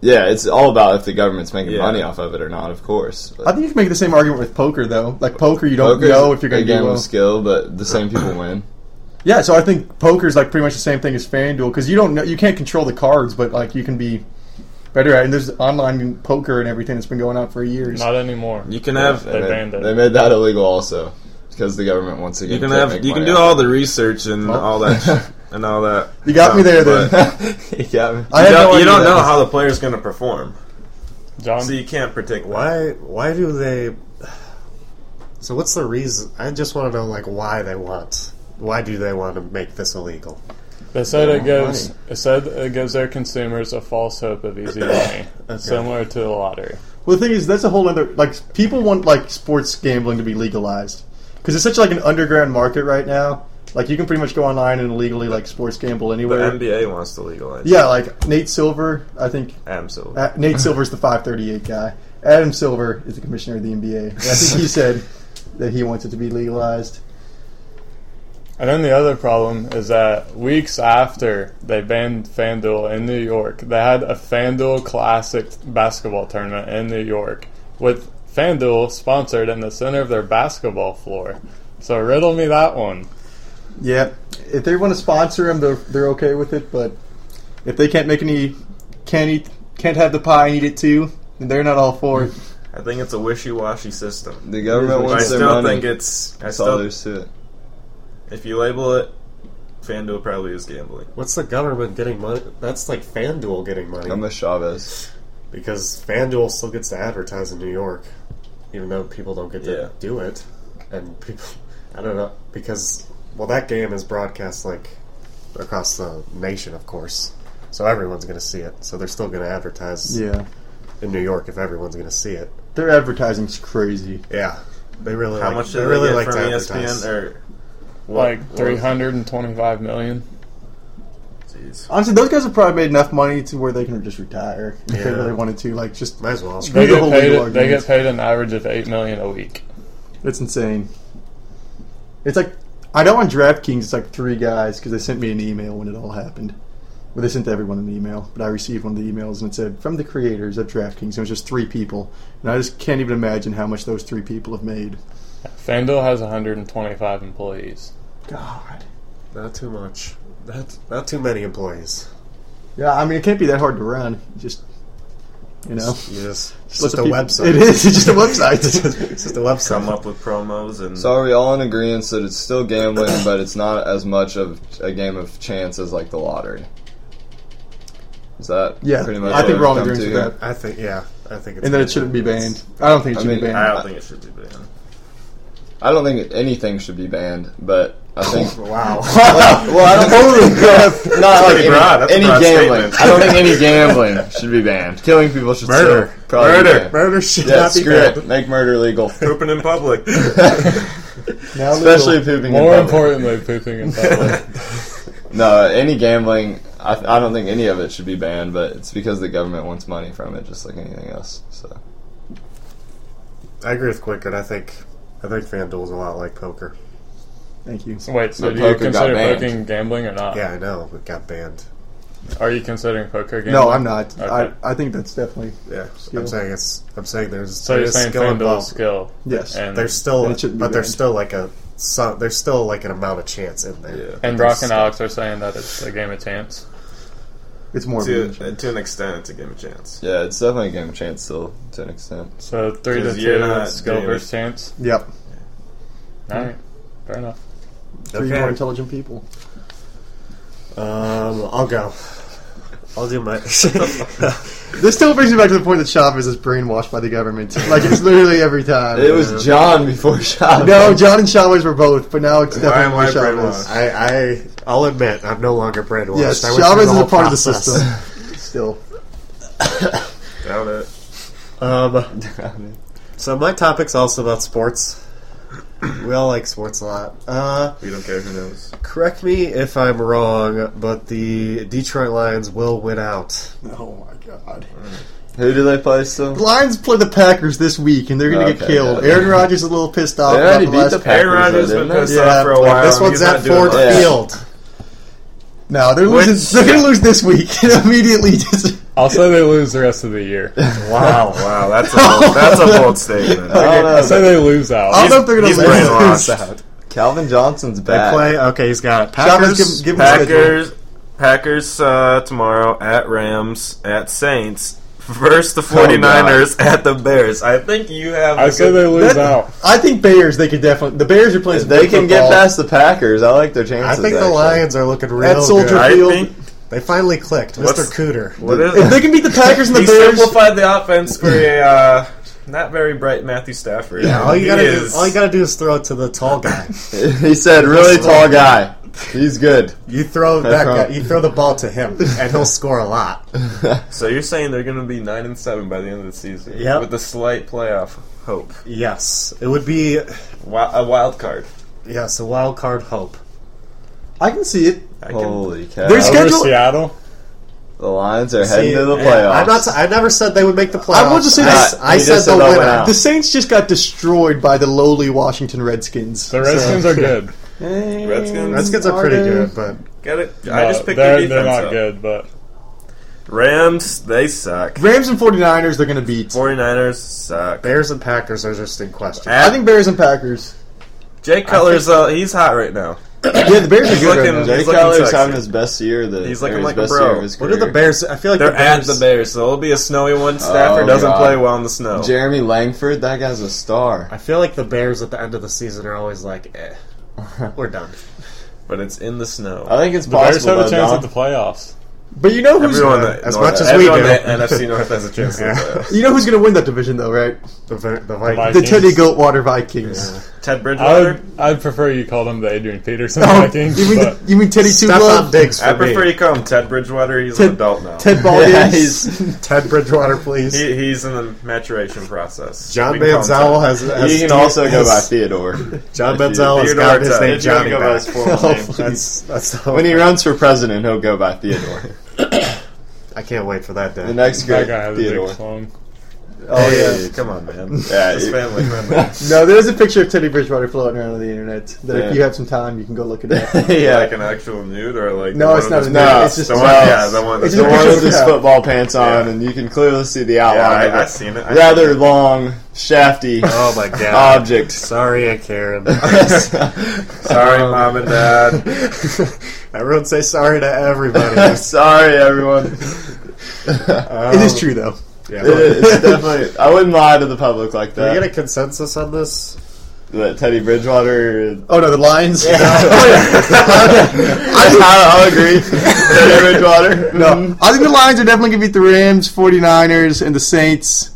[SPEAKER 2] Yeah, it's all about if the government's making
[SPEAKER 6] Yeah.
[SPEAKER 2] money off of it or not, of course. But
[SPEAKER 5] I think you can make the same argument with poker though. Like poker, you don't
[SPEAKER 2] poker's
[SPEAKER 5] know if you're going
[SPEAKER 2] a
[SPEAKER 5] to do
[SPEAKER 2] game
[SPEAKER 5] well.
[SPEAKER 2] of skill, but the same people
[SPEAKER 6] [CLEARS THROAT]
[SPEAKER 2] win.
[SPEAKER 5] Yeah, so I think poker's like pretty much the same thing as FanDuel because you don't know you can't control the cards, but like you can be better at. it. And there's online poker and everything that's been going on for years.
[SPEAKER 7] Not anymore.
[SPEAKER 6] you can have
[SPEAKER 7] They
[SPEAKER 2] made,
[SPEAKER 7] banned it.
[SPEAKER 2] They made that illegal also because the government once again.
[SPEAKER 6] you can
[SPEAKER 2] can't
[SPEAKER 6] have
[SPEAKER 2] make
[SPEAKER 6] you can
[SPEAKER 2] money
[SPEAKER 6] do all
[SPEAKER 2] off
[SPEAKER 6] the research and all that
[SPEAKER 1] [LAUGHS]
[SPEAKER 6] sh- and all that.
[SPEAKER 5] You got me there, then.
[SPEAKER 6] but
[SPEAKER 2] of [LAUGHS] it. yeah, I mean,
[SPEAKER 5] I
[SPEAKER 6] You don't,
[SPEAKER 5] had no
[SPEAKER 6] you
[SPEAKER 5] idea
[SPEAKER 6] don't
[SPEAKER 5] that
[SPEAKER 6] know
[SPEAKER 5] was-
[SPEAKER 6] how the player's going to perform,
[SPEAKER 7] John,
[SPEAKER 6] so you can't predict that.
[SPEAKER 1] Why? Why do they? So what's the reason? I just want to know, like, why they want. Why do they want to make this illegal?
[SPEAKER 7] they said it
[SPEAKER 2] Yeah,
[SPEAKER 7] gives
[SPEAKER 2] money.
[SPEAKER 7] it said it gives their consumers a false hope of easy
[SPEAKER 6] [COUGHS]
[SPEAKER 7] money, similar to the lottery.
[SPEAKER 5] [LAUGHS] Well, the thing is, that's a whole other like people want like sports gambling to be legalized because it's such like an underground market right now. Like you can pretty much go online and illegally like sports gamble
[SPEAKER 6] The
[SPEAKER 5] anywhere.
[SPEAKER 6] NBA wants to legalize. it.
[SPEAKER 5] yeah, like Nate Silver, I think
[SPEAKER 6] absolutely.
[SPEAKER 5] uh, Nate Silver's the 538 guy. Adam Silver is the commissioner of the NBA. And I think he said that he wants it to be legalized.
[SPEAKER 7] And then the other problem is that weeks after they banned FanDuel in New York, they had a FanDuel Classic basketball tournament in New York with FanDuel sponsored in the center of their basketball floor. So riddle me that one.
[SPEAKER 5] Yeah, if they want to sponsor him, they're they're okay with it. But if they can't make any, can't eat, can't have the pie and eat it too, then they're not all for it.
[SPEAKER 6] I think it's a wishy-washy system.
[SPEAKER 2] the government
[SPEAKER 6] I
[SPEAKER 2] wants their
[SPEAKER 6] still
[SPEAKER 2] money.
[SPEAKER 6] think it's. I
[SPEAKER 2] That's all
[SPEAKER 6] still,
[SPEAKER 2] there's to it.
[SPEAKER 6] if you label it, FanDuel probably is gambling.
[SPEAKER 1] What's the government getting money? That's like FanDuel getting money
[SPEAKER 2] I'm a Chavez.
[SPEAKER 1] because FanDuel still gets to advertise in New York, even though people don't get to
[SPEAKER 6] Yeah.
[SPEAKER 1] do it. And people, I don't know because Well, that game is broadcast like across the nation, of course. So everyone's going to see it. So they're still going to advertise
[SPEAKER 5] Yeah.
[SPEAKER 1] in New York if everyone's going to see it.
[SPEAKER 5] Their advertising's crazy.
[SPEAKER 1] Yeah, they really.
[SPEAKER 6] How
[SPEAKER 1] like,
[SPEAKER 6] much
[SPEAKER 1] they
[SPEAKER 6] did they
[SPEAKER 1] really
[SPEAKER 6] get
[SPEAKER 1] like
[SPEAKER 6] from E
[SPEAKER 1] to advertise.
[SPEAKER 6] ESPN? Or what,
[SPEAKER 7] Like
[SPEAKER 6] what-
[SPEAKER 7] 325
[SPEAKER 6] [LAUGHS]
[SPEAKER 7] million.
[SPEAKER 6] Jeez.
[SPEAKER 5] Honestly, those guys have probably made enough money to where they can just retire if
[SPEAKER 1] Yeah.
[SPEAKER 5] they really wanted to. Like, just
[SPEAKER 1] Might as well.
[SPEAKER 7] They
[SPEAKER 5] the
[SPEAKER 7] get,
[SPEAKER 5] whole legal
[SPEAKER 7] paid, they
[SPEAKER 5] argument.
[SPEAKER 7] get paid an average of 8 million a week.
[SPEAKER 5] it's insane. It's like I know on DraftKings it's like three guys because they sent me an email when it all happened. Well, they sent everyone an email, but I received one of the emails and it said from the creators of DraftKings. And it was just three people, and I just can't even imagine how much those three people have made.
[SPEAKER 7] FanDuel has 125 employees.
[SPEAKER 5] God.
[SPEAKER 1] Not too much. Not not too many employees.
[SPEAKER 5] Yeah, I mean it can't be that hard to run. Just you know,
[SPEAKER 1] You just it's
[SPEAKER 5] let
[SPEAKER 1] just a
[SPEAKER 5] the peop-
[SPEAKER 1] website.
[SPEAKER 5] It is. It's just a
[SPEAKER 1] it's just- [LAUGHS]
[SPEAKER 5] website.
[SPEAKER 1] it's just a website.
[SPEAKER 6] Come up with promos and
[SPEAKER 2] So are we all in agreement that it's still gambling, but it's not as much of a game of chance as like the lottery? Is that
[SPEAKER 5] yeah,
[SPEAKER 2] pretty much?
[SPEAKER 5] I think
[SPEAKER 2] what
[SPEAKER 5] we're all in
[SPEAKER 2] we've come
[SPEAKER 5] agreement with
[SPEAKER 2] to
[SPEAKER 5] that.
[SPEAKER 2] here?
[SPEAKER 1] I think yeah. I think it's
[SPEAKER 5] And that it shouldn't be banned. I don't think it
[SPEAKER 2] I
[SPEAKER 5] should
[SPEAKER 2] mean,
[SPEAKER 5] be
[SPEAKER 6] I
[SPEAKER 5] banned.
[SPEAKER 6] don't think it should be banned.
[SPEAKER 2] I don't think anything should be banned, but I think
[SPEAKER 5] [LAUGHS]
[SPEAKER 1] Wow. [LAUGHS]
[SPEAKER 2] [LAUGHS] well, I don't think not like any,
[SPEAKER 6] broad. That's a
[SPEAKER 2] any
[SPEAKER 6] broad
[SPEAKER 2] gambling.
[SPEAKER 6] statement.
[SPEAKER 2] I don't think any gambling should be banned. Killing people should
[SPEAKER 1] Murder.
[SPEAKER 2] still probably Be banned.
[SPEAKER 1] Murder should
[SPEAKER 2] Yeah,
[SPEAKER 1] not be
[SPEAKER 2] screw
[SPEAKER 1] banned.
[SPEAKER 2] it. Make murder legal, [LAUGHS]
[SPEAKER 6] Pooping in [LAUGHS] public.
[SPEAKER 5] Now
[SPEAKER 2] especially pooping. in
[SPEAKER 7] More
[SPEAKER 2] public.
[SPEAKER 7] importantly, pooping
[SPEAKER 1] [LAUGHS]
[SPEAKER 7] in public.
[SPEAKER 2] no, any gambling. I, I don't think any of it should be banned, but it's because the government wants money from it, just like anything else. So
[SPEAKER 1] I agree with Quickert. I think I think FanDuel's a lot like poker.
[SPEAKER 5] Thank you.
[SPEAKER 7] Wait, so
[SPEAKER 2] But
[SPEAKER 7] do you
[SPEAKER 2] poker got
[SPEAKER 7] consider
[SPEAKER 2] banned.
[SPEAKER 7] poking gambling or not?
[SPEAKER 1] Yeah, I know. It got banned.
[SPEAKER 7] Are you considering poker gambling?
[SPEAKER 5] No, I'm not.
[SPEAKER 7] Okay.
[SPEAKER 5] I, I think that's definitely
[SPEAKER 1] Yeah,
[SPEAKER 5] Skill.
[SPEAKER 1] I'm saying it's. I'm saying there's.
[SPEAKER 7] So you're
[SPEAKER 1] there's
[SPEAKER 7] saying
[SPEAKER 1] skill
[SPEAKER 7] FanDuel
[SPEAKER 1] involved.
[SPEAKER 7] skill.
[SPEAKER 5] yes.
[SPEAKER 7] And,
[SPEAKER 1] There's still,
[SPEAKER 5] And it shouldn't be
[SPEAKER 1] but there's
[SPEAKER 5] banned.
[SPEAKER 1] still like a. So, there's still like an amount of chance in there.
[SPEAKER 2] yeah.
[SPEAKER 7] and Brock and Alex are saying that it's a game of chance.
[SPEAKER 5] it's more.
[SPEAKER 6] to,
[SPEAKER 5] of a-
[SPEAKER 6] to an extent, it's a game of chance.
[SPEAKER 2] Yeah, it's definitely a game of chance still to an extent.
[SPEAKER 7] So three to
[SPEAKER 6] Because you're
[SPEAKER 7] two
[SPEAKER 6] not
[SPEAKER 7] skill
[SPEAKER 6] doing it.
[SPEAKER 7] versus chance.
[SPEAKER 5] Yep.
[SPEAKER 7] All right, fair enough.
[SPEAKER 5] Three
[SPEAKER 1] Okay.
[SPEAKER 5] more intelligent people.
[SPEAKER 1] Um, I'll go. I'll do my. [LAUGHS]
[SPEAKER 5] This still brings me back to the point that Chavez is brainwashed by the government. Like it's literally every time.
[SPEAKER 2] It was John before Chavez. [LAUGHS]
[SPEAKER 5] no, John and Chavez were both, but now it's
[SPEAKER 6] Why am
[SPEAKER 5] definitely
[SPEAKER 6] I
[SPEAKER 5] Chavez.
[SPEAKER 6] brainwashed?
[SPEAKER 1] I, I. I'll admit I'm no longer brainwashed.
[SPEAKER 5] Yes,
[SPEAKER 1] I went through
[SPEAKER 5] Chavez is a
[SPEAKER 1] whole
[SPEAKER 5] part of the
[SPEAKER 1] process.
[SPEAKER 5] system. Still,
[SPEAKER 6] Doubt it.
[SPEAKER 1] Um, [LAUGHS] so my topic's also about sports. We all like sports a lot. Uh,
[SPEAKER 6] We don't care who knows.
[SPEAKER 1] correct me if I'm wrong, but the Detroit Lions will win out.
[SPEAKER 5] oh my god.
[SPEAKER 2] Who do they play still?
[SPEAKER 5] The Lions play the Packers this week, and they're going to get
[SPEAKER 2] Okay,
[SPEAKER 5] killed.
[SPEAKER 2] yeah.
[SPEAKER 5] Aaron Rodgers is a little pissed off.
[SPEAKER 2] They
[SPEAKER 5] about
[SPEAKER 2] already
[SPEAKER 5] the
[SPEAKER 2] beat
[SPEAKER 5] last-
[SPEAKER 2] the Packers.
[SPEAKER 6] Aaron Rodgers
[SPEAKER 2] though,
[SPEAKER 6] been
[SPEAKER 2] didn't they?
[SPEAKER 6] pissed
[SPEAKER 5] Yeah,
[SPEAKER 6] off for a
[SPEAKER 5] but
[SPEAKER 6] while.
[SPEAKER 1] this one's
[SPEAKER 6] He's not
[SPEAKER 1] at
[SPEAKER 6] doing
[SPEAKER 1] Ford
[SPEAKER 6] well.
[SPEAKER 2] Yeah.
[SPEAKER 1] Field.
[SPEAKER 5] No, they're losing. They're going to lose this week [LAUGHS] immediately. Just,
[SPEAKER 7] I'll say they lose the rest of the year.
[SPEAKER 6] Wow, wow, that's a bold, that's a bold statement.
[SPEAKER 2] I
[SPEAKER 7] I'll
[SPEAKER 2] don't know.
[SPEAKER 7] say they lose
[SPEAKER 5] I
[SPEAKER 7] out.
[SPEAKER 5] don't know if they're going
[SPEAKER 6] He's
[SPEAKER 5] to [LAUGHS] lose.
[SPEAKER 6] brainwashed.
[SPEAKER 2] Calvin Johnson's
[SPEAKER 1] They
[SPEAKER 2] back.
[SPEAKER 1] play. Okay, he's got it.
[SPEAKER 5] Chavez,
[SPEAKER 1] Packers.
[SPEAKER 5] give, give him a schedule.
[SPEAKER 6] Packers, Packers uh, tomorrow at Rams at Saints versus the
[SPEAKER 2] God.
[SPEAKER 6] 49ers at the Bears. I think you have.
[SPEAKER 7] I
[SPEAKER 6] a
[SPEAKER 7] say
[SPEAKER 6] good-
[SPEAKER 7] they lose
[SPEAKER 5] That-
[SPEAKER 7] out.
[SPEAKER 5] I think Bears. They could definitely. The Bears are playing.
[SPEAKER 2] If
[SPEAKER 5] some
[SPEAKER 2] they
[SPEAKER 5] good
[SPEAKER 2] can get
[SPEAKER 5] football.
[SPEAKER 2] past the Packers, I like their
[SPEAKER 1] I
[SPEAKER 2] chances.
[SPEAKER 1] think the
[SPEAKER 2] actually.
[SPEAKER 1] Lions are looking real
[SPEAKER 5] At Soldier
[SPEAKER 1] good.
[SPEAKER 6] I
[SPEAKER 5] Field.
[SPEAKER 6] think.
[SPEAKER 1] They finally clicked,
[SPEAKER 6] What's-
[SPEAKER 1] Mr. Cooter.
[SPEAKER 6] What is
[SPEAKER 5] If they can
[SPEAKER 2] [LAUGHS]
[SPEAKER 5] beat the Packers and the
[SPEAKER 6] He
[SPEAKER 5] Bears,
[SPEAKER 6] simplified the offense for a uh, not very bright Matthew Stafford.
[SPEAKER 1] Yeah, all you
[SPEAKER 6] He
[SPEAKER 1] gotta
[SPEAKER 6] is-
[SPEAKER 1] do, all you gotta do is throw it to the tall guy.
[SPEAKER 2] [LAUGHS]
[SPEAKER 6] [LAUGHS]
[SPEAKER 2] he said, "Really tall guy. He's good." [LAUGHS]
[SPEAKER 1] You throw that
[SPEAKER 2] That's right.
[SPEAKER 1] guy, you throw the ball to him, and he'll score a lot.
[SPEAKER 6] So you're saying they're going to be nine and seven by the end of the season?
[SPEAKER 1] Yep.
[SPEAKER 6] with a slight playoff hope,
[SPEAKER 1] Yes, it would be
[SPEAKER 6] Wi- a wild card.
[SPEAKER 1] yes a wild card hope.
[SPEAKER 5] I can see it.
[SPEAKER 6] I can,
[SPEAKER 2] Holy cow!
[SPEAKER 5] There's
[SPEAKER 7] Over
[SPEAKER 5] Schedule-
[SPEAKER 7] Seattle.
[SPEAKER 2] the Lions are heading
[SPEAKER 1] See,
[SPEAKER 2] to the
[SPEAKER 1] yeah,
[SPEAKER 2] playoffs.
[SPEAKER 1] I'm not. I never said they would make the playoffs.
[SPEAKER 5] I will just say
[SPEAKER 1] I,
[SPEAKER 5] this.
[SPEAKER 1] I
[SPEAKER 2] He
[SPEAKER 1] said
[SPEAKER 2] just
[SPEAKER 1] the
[SPEAKER 2] said they'll win
[SPEAKER 1] winner.
[SPEAKER 2] out.
[SPEAKER 5] The Saints just got destroyed by the lowly Washington Redskins.
[SPEAKER 7] The Redskins are good.
[SPEAKER 6] Redskins.
[SPEAKER 1] Redskins are pretty
[SPEAKER 5] they?
[SPEAKER 1] good, but
[SPEAKER 6] Got it. [LAUGHS] I just
[SPEAKER 7] No,
[SPEAKER 6] picked their
[SPEAKER 7] they're,
[SPEAKER 6] defense
[SPEAKER 7] they're not
[SPEAKER 6] up.
[SPEAKER 7] good, but
[SPEAKER 6] Rams, they suck.
[SPEAKER 5] Rams and 49ers, they're going to beat.
[SPEAKER 6] 49ers suck.
[SPEAKER 1] Bears and Packers are just in question.
[SPEAKER 5] I think Bears and Packers.
[SPEAKER 6] Jay Cutler's uh, he's hot right now.
[SPEAKER 5] Yeah, the Bears are good
[SPEAKER 6] looking-
[SPEAKER 5] right now.
[SPEAKER 2] Jay
[SPEAKER 6] He's looking
[SPEAKER 2] Cutler's
[SPEAKER 6] sexy.
[SPEAKER 2] having his best year. That
[SPEAKER 6] He's
[SPEAKER 2] or
[SPEAKER 6] looking
[SPEAKER 2] his
[SPEAKER 6] like a
[SPEAKER 2] best
[SPEAKER 6] bro.
[SPEAKER 2] year of his
[SPEAKER 1] What are the
[SPEAKER 2] career.
[SPEAKER 1] Bears? I feel like
[SPEAKER 6] They're
[SPEAKER 1] the Bears,
[SPEAKER 6] at the Bears, so it'll be a snowy one. Stafford
[SPEAKER 2] Oh,
[SPEAKER 6] doesn't
[SPEAKER 2] God.
[SPEAKER 6] play well in the snow.
[SPEAKER 2] Jeremy Langford, that guy's a star.
[SPEAKER 1] I feel like the Bears at the end of the season are always like, eh, we're done.
[SPEAKER 6] but it's in the snow.
[SPEAKER 2] I think it's
[SPEAKER 7] the Bears
[SPEAKER 2] possible.
[SPEAKER 7] have a
[SPEAKER 2] though,
[SPEAKER 7] chance
[SPEAKER 2] Dom.
[SPEAKER 7] at the playoffs.
[SPEAKER 5] But you know who's
[SPEAKER 6] Everyone that,
[SPEAKER 1] as
[SPEAKER 6] North-
[SPEAKER 1] much as we
[SPEAKER 6] everyone
[SPEAKER 1] do.
[SPEAKER 6] [LAUGHS] that NFC North has a chance. to
[SPEAKER 1] Yeah.
[SPEAKER 6] play.
[SPEAKER 5] you know who's going to win that division though, right?
[SPEAKER 1] The, Vi- the Vikings.
[SPEAKER 5] The
[SPEAKER 7] Vikings.
[SPEAKER 5] Teddy Goatwater Vikings.
[SPEAKER 6] Ted
[SPEAKER 7] I
[SPEAKER 6] Bridgewater.
[SPEAKER 7] would, I'd prefer you called him the Adrian Peterson
[SPEAKER 5] Oh,
[SPEAKER 7] Viking.
[SPEAKER 5] you mean
[SPEAKER 7] but
[SPEAKER 5] you mean Teddy Two
[SPEAKER 1] Step on
[SPEAKER 5] Glove?
[SPEAKER 1] Diggs
[SPEAKER 6] I
[SPEAKER 1] for
[SPEAKER 6] prefer
[SPEAKER 1] me.
[SPEAKER 6] you call him Ted Bridgewater. He's
[SPEAKER 5] Ted-
[SPEAKER 6] an adult now.
[SPEAKER 5] Ted Baldy.
[SPEAKER 2] Yeah, he's-
[SPEAKER 5] [LAUGHS]
[SPEAKER 1] Ted Bridgewater, please.
[SPEAKER 6] he, he's in the maturation process.
[SPEAKER 1] John
[SPEAKER 6] We can
[SPEAKER 1] Manziel
[SPEAKER 6] call him Ted.
[SPEAKER 1] has. has
[SPEAKER 2] You can
[SPEAKER 1] Steve-
[SPEAKER 2] also go by
[SPEAKER 1] has-
[SPEAKER 2] Theodore.
[SPEAKER 1] John
[SPEAKER 2] if you-
[SPEAKER 1] Manziel has
[SPEAKER 6] Theodore
[SPEAKER 1] got his
[SPEAKER 6] Ted.
[SPEAKER 1] name
[SPEAKER 6] If you wanna
[SPEAKER 1] Johnny
[SPEAKER 6] go by his
[SPEAKER 1] back.
[SPEAKER 6] formal
[SPEAKER 1] [LAUGHS]
[SPEAKER 5] Oh,
[SPEAKER 6] name.
[SPEAKER 1] That's that's the
[SPEAKER 2] when he runs for president, he'll go by Theodore.
[SPEAKER 1] I can't wait for that
[SPEAKER 2] [LAUGHS] The
[SPEAKER 1] day.
[SPEAKER 2] next
[SPEAKER 7] that
[SPEAKER 2] great
[SPEAKER 7] guy has a
[SPEAKER 2] Theodore. [LAUGHS]
[SPEAKER 7] big song.
[SPEAKER 5] Oh yeah.
[SPEAKER 6] Hey, come on, man.
[SPEAKER 2] Yeah,
[SPEAKER 6] It's
[SPEAKER 2] you-
[SPEAKER 6] family
[SPEAKER 2] [LAUGHS]
[SPEAKER 6] friendly.
[SPEAKER 5] No, there's a picture of Teddy Bridgewater floating around on the internet. That
[SPEAKER 2] Yeah.
[SPEAKER 5] if you have some time, you can go look it up.
[SPEAKER 2] yeah.
[SPEAKER 6] Like an actual nude or like
[SPEAKER 5] No,
[SPEAKER 6] one
[SPEAKER 5] it's
[SPEAKER 6] of
[SPEAKER 5] not
[SPEAKER 6] those
[SPEAKER 5] a
[SPEAKER 6] nude-
[SPEAKER 5] nude,
[SPEAKER 2] no,
[SPEAKER 5] it's just-
[SPEAKER 6] the one.
[SPEAKER 2] no,
[SPEAKER 6] Yeah, the one.
[SPEAKER 5] it's
[SPEAKER 6] the
[SPEAKER 5] just a
[SPEAKER 2] the one
[SPEAKER 6] one-
[SPEAKER 5] picture
[SPEAKER 2] with
[SPEAKER 5] of
[SPEAKER 2] his
[SPEAKER 5] him.
[SPEAKER 2] football pants on,
[SPEAKER 6] Yeah.
[SPEAKER 2] and you can clearly see the
[SPEAKER 6] Yeah,
[SPEAKER 2] outline.
[SPEAKER 6] I, I
[SPEAKER 2] of it.
[SPEAKER 6] seen it. I
[SPEAKER 2] rather
[SPEAKER 6] seen it.
[SPEAKER 2] long, shafty
[SPEAKER 1] Oh my god.
[SPEAKER 2] object.
[SPEAKER 1] Sorry, I Karen.
[SPEAKER 6] [LAUGHS]
[SPEAKER 2] [LAUGHS]
[SPEAKER 6] Sorry, mom and dad.
[SPEAKER 1] Everyone say sorry to
[SPEAKER 2] [LAUGHS]
[SPEAKER 1] everybody.
[SPEAKER 2] Sorry, everyone.
[SPEAKER 5] It is true though.
[SPEAKER 1] Yeah.
[SPEAKER 2] It is
[SPEAKER 1] [LAUGHS]
[SPEAKER 2] it's definitely. I wouldn't lie to the public like
[SPEAKER 1] Can we get
[SPEAKER 2] that.
[SPEAKER 1] a consensus on this?
[SPEAKER 2] That Teddy
[SPEAKER 1] [LAUGHS]
[SPEAKER 2] Bridgewater.
[SPEAKER 5] Oh no, the Lions.
[SPEAKER 2] [LAUGHS]
[SPEAKER 1] Oh,
[SPEAKER 2] I, I'll agree. Teddy Bridgewater.
[SPEAKER 5] No, I think the Lions are definitely going to beat the Rams, 49ers, and the Saints.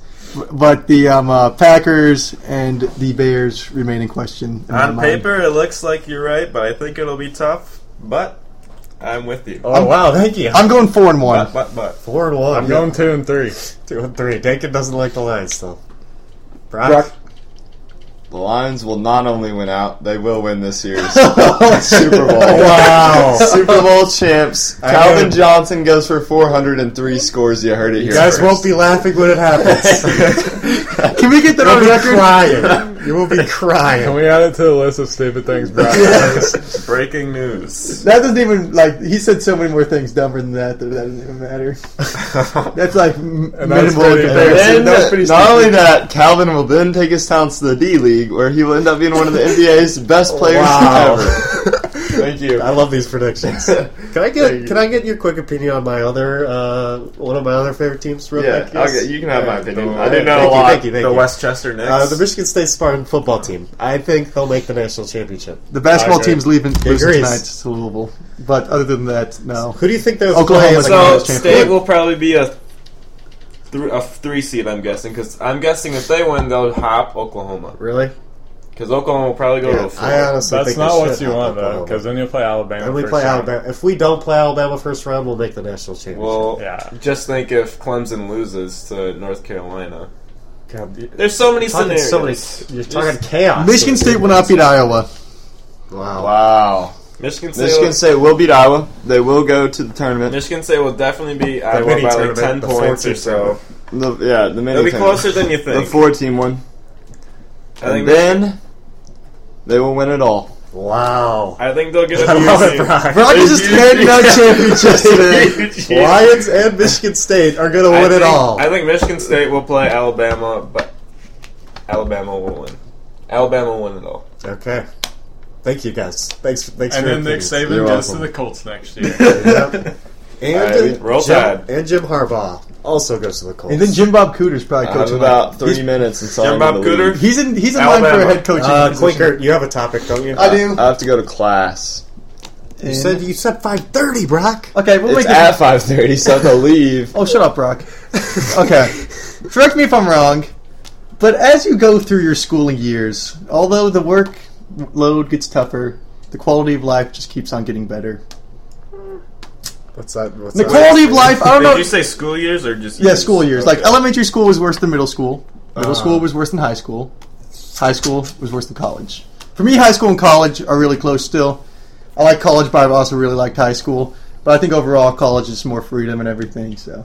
[SPEAKER 5] But the um, uh, Packers and the Bears remain in question. in my
[SPEAKER 6] On
[SPEAKER 5] mind.
[SPEAKER 6] paper, it looks like you're right, but I think it'll be tough. But I'm with you.
[SPEAKER 1] Oh wow, thank you.
[SPEAKER 5] I'm going four and one.
[SPEAKER 6] But but but
[SPEAKER 1] Four and one.
[SPEAKER 7] I'm going two and three.
[SPEAKER 1] two and three. Dakin doesn't like the Lions though. Brock,
[SPEAKER 5] Brock-
[SPEAKER 2] The Lions will not only win out, they will win this
[SPEAKER 1] [LAUGHS]
[SPEAKER 2] year's Super Bowl. Wow. Super Bowl champs. Calvin
[SPEAKER 1] know.
[SPEAKER 2] Johnson goes for 403 scores. You heard it
[SPEAKER 1] you
[SPEAKER 2] here.
[SPEAKER 1] guys will won't
[SPEAKER 2] first.
[SPEAKER 1] be laughing when it happens. [LAUGHS]
[SPEAKER 2] [LAUGHS]
[SPEAKER 5] Can we get that
[SPEAKER 1] You'll
[SPEAKER 5] on
[SPEAKER 1] be
[SPEAKER 5] record?
[SPEAKER 1] crying. You will be
[SPEAKER 7] Can
[SPEAKER 1] crying.
[SPEAKER 7] [LAUGHS] we add it to the list of stupid things Brock says?
[SPEAKER 6] breaking news.
[SPEAKER 5] That doesn't even like he said so many more things dumber than that that, that doesn't even matter. That's like m-
[SPEAKER 7] And that's
[SPEAKER 5] minimal
[SPEAKER 2] And
[SPEAKER 7] pretty-
[SPEAKER 5] comparison.
[SPEAKER 2] then,
[SPEAKER 5] That was pretty
[SPEAKER 2] not
[SPEAKER 5] stupid.
[SPEAKER 2] only that, Calvin will then take his talents to the D League, where he will end up being one of the NBA's best players
[SPEAKER 1] Wow. [LAUGHS]
[SPEAKER 2] ever. Thank you.
[SPEAKER 1] I love these predictions. Can I get Can I get your quick opinion on my other uh, one of my other favorite teams? Real
[SPEAKER 2] Yeah,
[SPEAKER 1] quick,
[SPEAKER 2] I'll
[SPEAKER 1] yes?
[SPEAKER 2] get, you can have my opinion.
[SPEAKER 6] the-
[SPEAKER 2] I do know
[SPEAKER 1] Thank
[SPEAKER 2] a
[SPEAKER 1] you,
[SPEAKER 2] lot.
[SPEAKER 1] thank you, thank
[SPEAKER 6] the
[SPEAKER 1] you.
[SPEAKER 6] Westchester Knicks.
[SPEAKER 1] Uh, the Michigan State Spartan football team. I think they'll make the national championship.
[SPEAKER 5] the basketball
[SPEAKER 7] I agree.
[SPEAKER 5] team's leaving losing
[SPEAKER 1] agrees.
[SPEAKER 5] tonight to Louisville. But other than that, no.
[SPEAKER 1] Who do you think they'll
[SPEAKER 5] Oklahoma
[SPEAKER 1] play?
[SPEAKER 5] is
[SPEAKER 1] in the
[SPEAKER 5] like-
[SPEAKER 6] so
[SPEAKER 5] Conference
[SPEAKER 6] state
[SPEAKER 5] champion.
[SPEAKER 6] will probably be a three, a three seed. I'm guessing because I'm guessing if they win, they'll hop Oklahoma
[SPEAKER 1] Really?
[SPEAKER 6] because Oklahoma will probably go to a four.
[SPEAKER 1] I honestly
[SPEAKER 7] That's
[SPEAKER 1] think
[SPEAKER 7] not
[SPEAKER 1] they
[SPEAKER 7] what
[SPEAKER 1] should
[SPEAKER 7] you
[SPEAKER 1] have
[SPEAKER 7] want though,
[SPEAKER 1] Oklahoma.
[SPEAKER 7] because then you'll play Alabama.
[SPEAKER 1] And we
[SPEAKER 7] first
[SPEAKER 1] play
[SPEAKER 7] round.
[SPEAKER 1] Alabama. If we don't play Alabama first round, we'll make the national championship.
[SPEAKER 6] well,
[SPEAKER 7] Yeah.
[SPEAKER 6] just think if Clemson loses to North Carolina.
[SPEAKER 1] God, you're
[SPEAKER 6] There's so many
[SPEAKER 1] talking
[SPEAKER 6] scenarios.
[SPEAKER 1] so many- You're talking chaos.
[SPEAKER 5] Michigan State will not beat Iowa.
[SPEAKER 1] Wow.
[SPEAKER 2] Wow.
[SPEAKER 6] Michigan State.
[SPEAKER 2] Michigan
[SPEAKER 6] will,
[SPEAKER 2] State will beat Iowa. They will go to the tournament.
[SPEAKER 6] Michigan State will definitely be Iowa
[SPEAKER 1] mini
[SPEAKER 6] by like
[SPEAKER 1] tournament,
[SPEAKER 6] ten
[SPEAKER 1] the
[SPEAKER 6] points
[SPEAKER 1] 14
[SPEAKER 6] or so.
[SPEAKER 1] tournament.
[SPEAKER 2] The, yeah, the mini
[SPEAKER 6] It'll be
[SPEAKER 2] tournament.
[SPEAKER 6] closer than you
[SPEAKER 2] The
[SPEAKER 6] think.
[SPEAKER 2] four team one.
[SPEAKER 6] I
[SPEAKER 2] And
[SPEAKER 6] think
[SPEAKER 2] then they will win it
[SPEAKER 6] [LAUGHS]
[SPEAKER 2] all.
[SPEAKER 1] Wow.
[SPEAKER 6] I think they'll get a
[SPEAKER 1] I love it,
[SPEAKER 6] few seed.
[SPEAKER 1] Brock.
[SPEAKER 5] Brock is just handing
[SPEAKER 2] [LAUGHS]
[SPEAKER 5] out championships today.
[SPEAKER 1] Lions and Michigan State are going to win
[SPEAKER 6] I think,
[SPEAKER 1] it all.
[SPEAKER 6] I think Michigan State will play Alabama, but Alabama will win. Alabama will win it all.
[SPEAKER 1] okay. Thank you guys. Thanks. Thanks
[SPEAKER 7] And
[SPEAKER 1] for
[SPEAKER 7] then
[SPEAKER 1] your
[SPEAKER 7] Nick Saban
[SPEAKER 1] opinions.
[SPEAKER 2] You're
[SPEAKER 7] goes
[SPEAKER 2] welcome.
[SPEAKER 7] to the Colts next year.
[SPEAKER 1] Yep. And,
[SPEAKER 2] Alright,
[SPEAKER 6] roll
[SPEAKER 1] Jim,
[SPEAKER 6] Tide.
[SPEAKER 1] and Jim Harbaugh also goes to the Colts.
[SPEAKER 5] And then Jim Bob Cooter's probably
[SPEAKER 2] I have
[SPEAKER 5] coaching.
[SPEAKER 2] about three
[SPEAKER 5] He's-
[SPEAKER 2] minutes until
[SPEAKER 6] Jim
[SPEAKER 2] I'm
[SPEAKER 6] Bob
[SPEAKER 2] in the
[SPEAKER 6] Cooter?
[SPEAKER 2] league.
[SPEAKER 5] He's in. He's in line for a
[SPEAKER 6] Alabama.
[SPEAKER 5] head coaching.
[SPEAKER 1] uh,
[SPEAKER 5] position.
[SPEAKER 1] Quinker, you have a topic, don't you?
[SPEAKER 5] I do.
[SPEAKER 2] I have to go to class.
[SPEAKER 1] You said you said five thirty, Brock.
[SPEAKER 5] okay, we'll
[SPEAKER 2] It's
[SPEAKER 5] make
[SPEAKER 2] at
[SPEAKER 5] it.
[SPEAKER 2] 5.30, so I
[SPEAKER 5] [LAUGHS]
[SPEAKER 2] have to leave.
[SPEAKER 5] Oh, shut up, Brock. [LAUGHS] Okay, correct me if I'm wrong, but as you go through your schooling years, although the work load gets tougher, the quality of life just keeps on getting better.
[SPEAKER 1] What's that? What's
[SPEAKER 5] The
[SPEAKER 1] that?
[SPEAKER 5] quality of life, I don't
[SPEAKER 6] Did
[SPEAKER 5] know.
[SPEAKER 6] you say school years or just
[SPEAKER 5] [LAUGHS] Yeah, school years. Like elementary school was worse than middle school. Middle
[SPEAKER 6] Uh-huh.
[SPEAKER 5] school was worse than high school. High school was worse than college. For me, high school and college are really close still. I like college, but I've also really liked high school. But I think overall, college is more freedom and everything. So,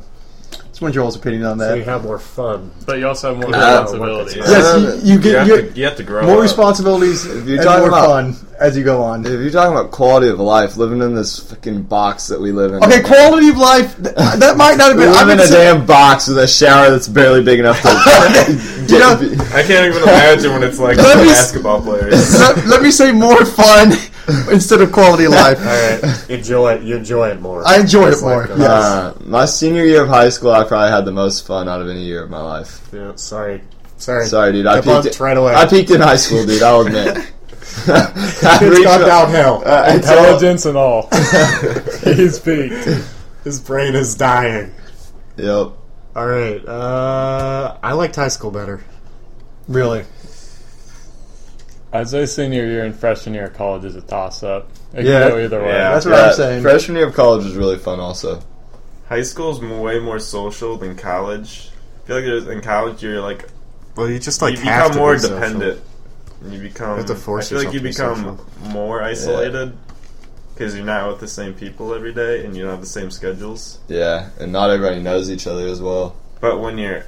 [SPEAKER 5] just want your all's opinion on
[SPEAKER 1] So you
[SPEAKER 5] that.
[SPEAKER 1] have more fun.
[SPEAKER 7] but you also have more
[SPEAKER 1] Uh,
[SPEAKER 7] responsibilities. [LAUGHS]
[SPEAKER 5] yes, you, you
[SPEAKER 6] you
[SPEAKER 5] get
[SPEAKER 6] have,
[SPEAKER 5] you
[SPEAKER 6] to, you have to grow
[SPEAKER 5] more
[SPEAKER 6] up.
[SPEAKER 5] responsibilities
[SPEAKER 2] you're
[SPEAKER 5] and
[SPEAKER 2] talking
[SPEAKER 5] more
[SPEAKER 2] about-
[SPEAKER 5] fun as you go on.
[SPEAKER 2] If you're talking about quality of life, living in this fucking box that we live in.
[SPEAKER 5] Okay, quality of life.
[SPEAKER 2] [LAUGHS]
[SPEAKER 5] th- That might not have
[SPEAKER 2] We
[SPEAKER 5] been. I've
[SPEAKER 2] live in
[SPEAKER 5] been
[SPEAKER 2] a
[SPEAKER 5] sa-
[SPEAKER 2] damn box with a shower that's barely big enough to
[SPEAKER 5] [LAUGHS]
[SPEAKER 2] get,
[SPEAKER 5] You know-
[SPEAKER 6] I can't even imagine when it's like
[SPEAKER 5] Let me s-
[SPEAKER 6] basketball
[SPEAKER 5] [LAUGHS]
[SPEAKER 6] players.
[SPEAKER 5] let, let me say more fun [LAUGHS] instead of quality of
[SPEAKER 2] [LAUGHS]
[SPEAKER 5] life.
[SPEAKER 1] All right, enjoy it. You enjoy it more.
[SPEAKER 5] I enjoy it
[SPEAKER 1] It's
[SPEAKER 5] more.
[SPEAKER 1] like
[SPEAKER 5] Yes.
[SPEAKER 1] a-
[SPEAKER 2] Uh, my senior year of high school, I probably had the most fun out of any year of my life.
[SPEAKER 1] Yeah, sorry, sorry,
[SPEAKER 2] Sorry, dude. I
[SPEAKER 1] The bumped
[SPEAKER 2] peaked,
[SPEAKER 1] right away.
[SPEAKER 2] I peaked in high school, dude. I'll admit. I
[SPEAKER 1] It's
[SPEAKER 2] reached
[SPEAKER 1] gone
[SPEAKER 2] my-
[SPEAKER 1] downhill.
[SPEAKER 2] uh, until,
[SPEAKER 7] Intelligence and all. [LAUGHS]
[SPEAKER 2] [LAUGHS]
[SPEAKER 7] He's peaked.
[SPEAKER 1] His brain is dying.
[SPEAKER 2] yep.
[SPEAKER 1] All right, uh, I liked high school better.
[SPEAKER 5] Really?
[SPEAKER 7] I'd say senior year and freshman year of college is a toss up. It
[SPEAKER 5] Yeah.
[SPEAKER 7] can go either way.
[SPEAKER 6] Yeah.
[SPEAKER 5] That's what
[SPEAKER 2] Yeah,
[SPEAKER 5] I'm saying.
[SPEAKER 2] Freshman year of college was really fun, also.
[SPEAKER 6] High school's m- way more social than college. I feel like there's, in college you're like
[SPEAKER 1] Well, you just like
[SPEAKER 6] you
[SPEAKER 1] have
[SPEAKER 6] become
[SPEAKER 1] to
[SPEAKER 6] more
[SPEAKER 1] be social.
[SPEAKER 6] dependent. And you become.
[SPEAKER 1] have to force
[SPEAKER 6] I feel like you
[SPEAKER 1] yourself to be
[SPEAKER 6] become more isolated because you're not with the same people every day, and you don't have the same schedules.
[SPEAKER 2] Yeah, and not everybody knows each other as well.
[SPEAKER 6] But when you're,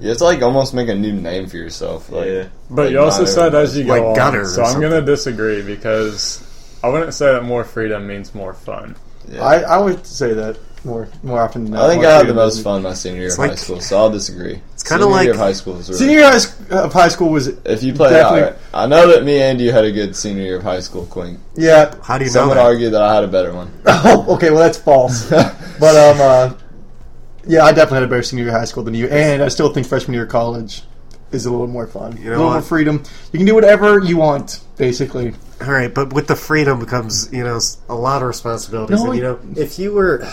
[SPEAKER 2] You have to like almost make a new name for yourself. Like,
[SPEAKER 6] yeah,
[SPEAKER 7] But you
[SPEAKER 2] Like,
[SPEAKER 7] also
[SPEAKER 2] not
[SPEAKER 7] said
[SPEAKER 2] everyone
[SPEAKER 7] as you go
[SPEAKER 1] Like
[SPEAKER 7] on,
[SPEAKER 1] gutter or
[SPEAKER 7] so I'm going to
[SPEAKER 1] something.
[SPEAKER 7] disagree because I wouldn't say that more freedom means more fun.
[SPEAKER 2] yeah.
[SPEAKER 5] I, I would say that more more often than not.
[SPEAKER 2] I think
[SPEAKER 5] More
[SPEAKER 2] I had the
[SPEAKER 5] freedom
[SPEAKER 2] most
[SPEAKER 5] than-
[SPEAKER 2] fun my senior year of high
[SPEAKER 1] like-
[SPEAKER 2] school, so I'll disagree. It's
[SPEAKER 1] kinda
[SPEAKER 2] senior year
[SPEAKER 1] like-
[SPEAKER 2] of high school is really
[SPEAKER 5] Senior year high sc- of high school was
[SPEAKER 2] If you play out,
[SPEAKER 5] Definitely.
[SPEAKER 2] right? I know that me and you had a good senior year of high school, Queen.
[SPEAKER 5] yeah. [LAUGHS]
[SPEAKER 1] How do you
[SPEAKER 2] Some
[SPEAKER 1] know
[SPEAKER 2] would
[SPEAKER 1] that?
[SPEAKER 2] argue that I had a better one.
[SPEAKER 5] Oh, okay. Well,
[SPEAKER 2] [LAUGHS]
[SPEAKER 5] that's false. But um, uh, yeah, I definitely had a better senior year of high school than you, and I still think freshman year of college is a little more fun.
[SPEAKER 1] You know
[SPEAKER 5] a little more
[SPEAKER 1] what?
[SPEAKER 5] freedom. You can do whatever you want, basically.
[SPEAKER 1] All right, but with the freedom comes, you know, s- a lot of responsibilities.
[SPEAKER 5] No,
[SPEAKER 1] and, you
[SPEAKER 5] it-
[SPEAKER 1] know, if you were,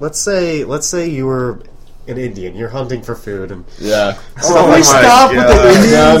[SPEAKER 1] let's say, let's say you were an Indian, you're hunting for food, and
[SPEAKER 2] Yeah.
[SPEAKER 5] Oh, we stop with the Indians.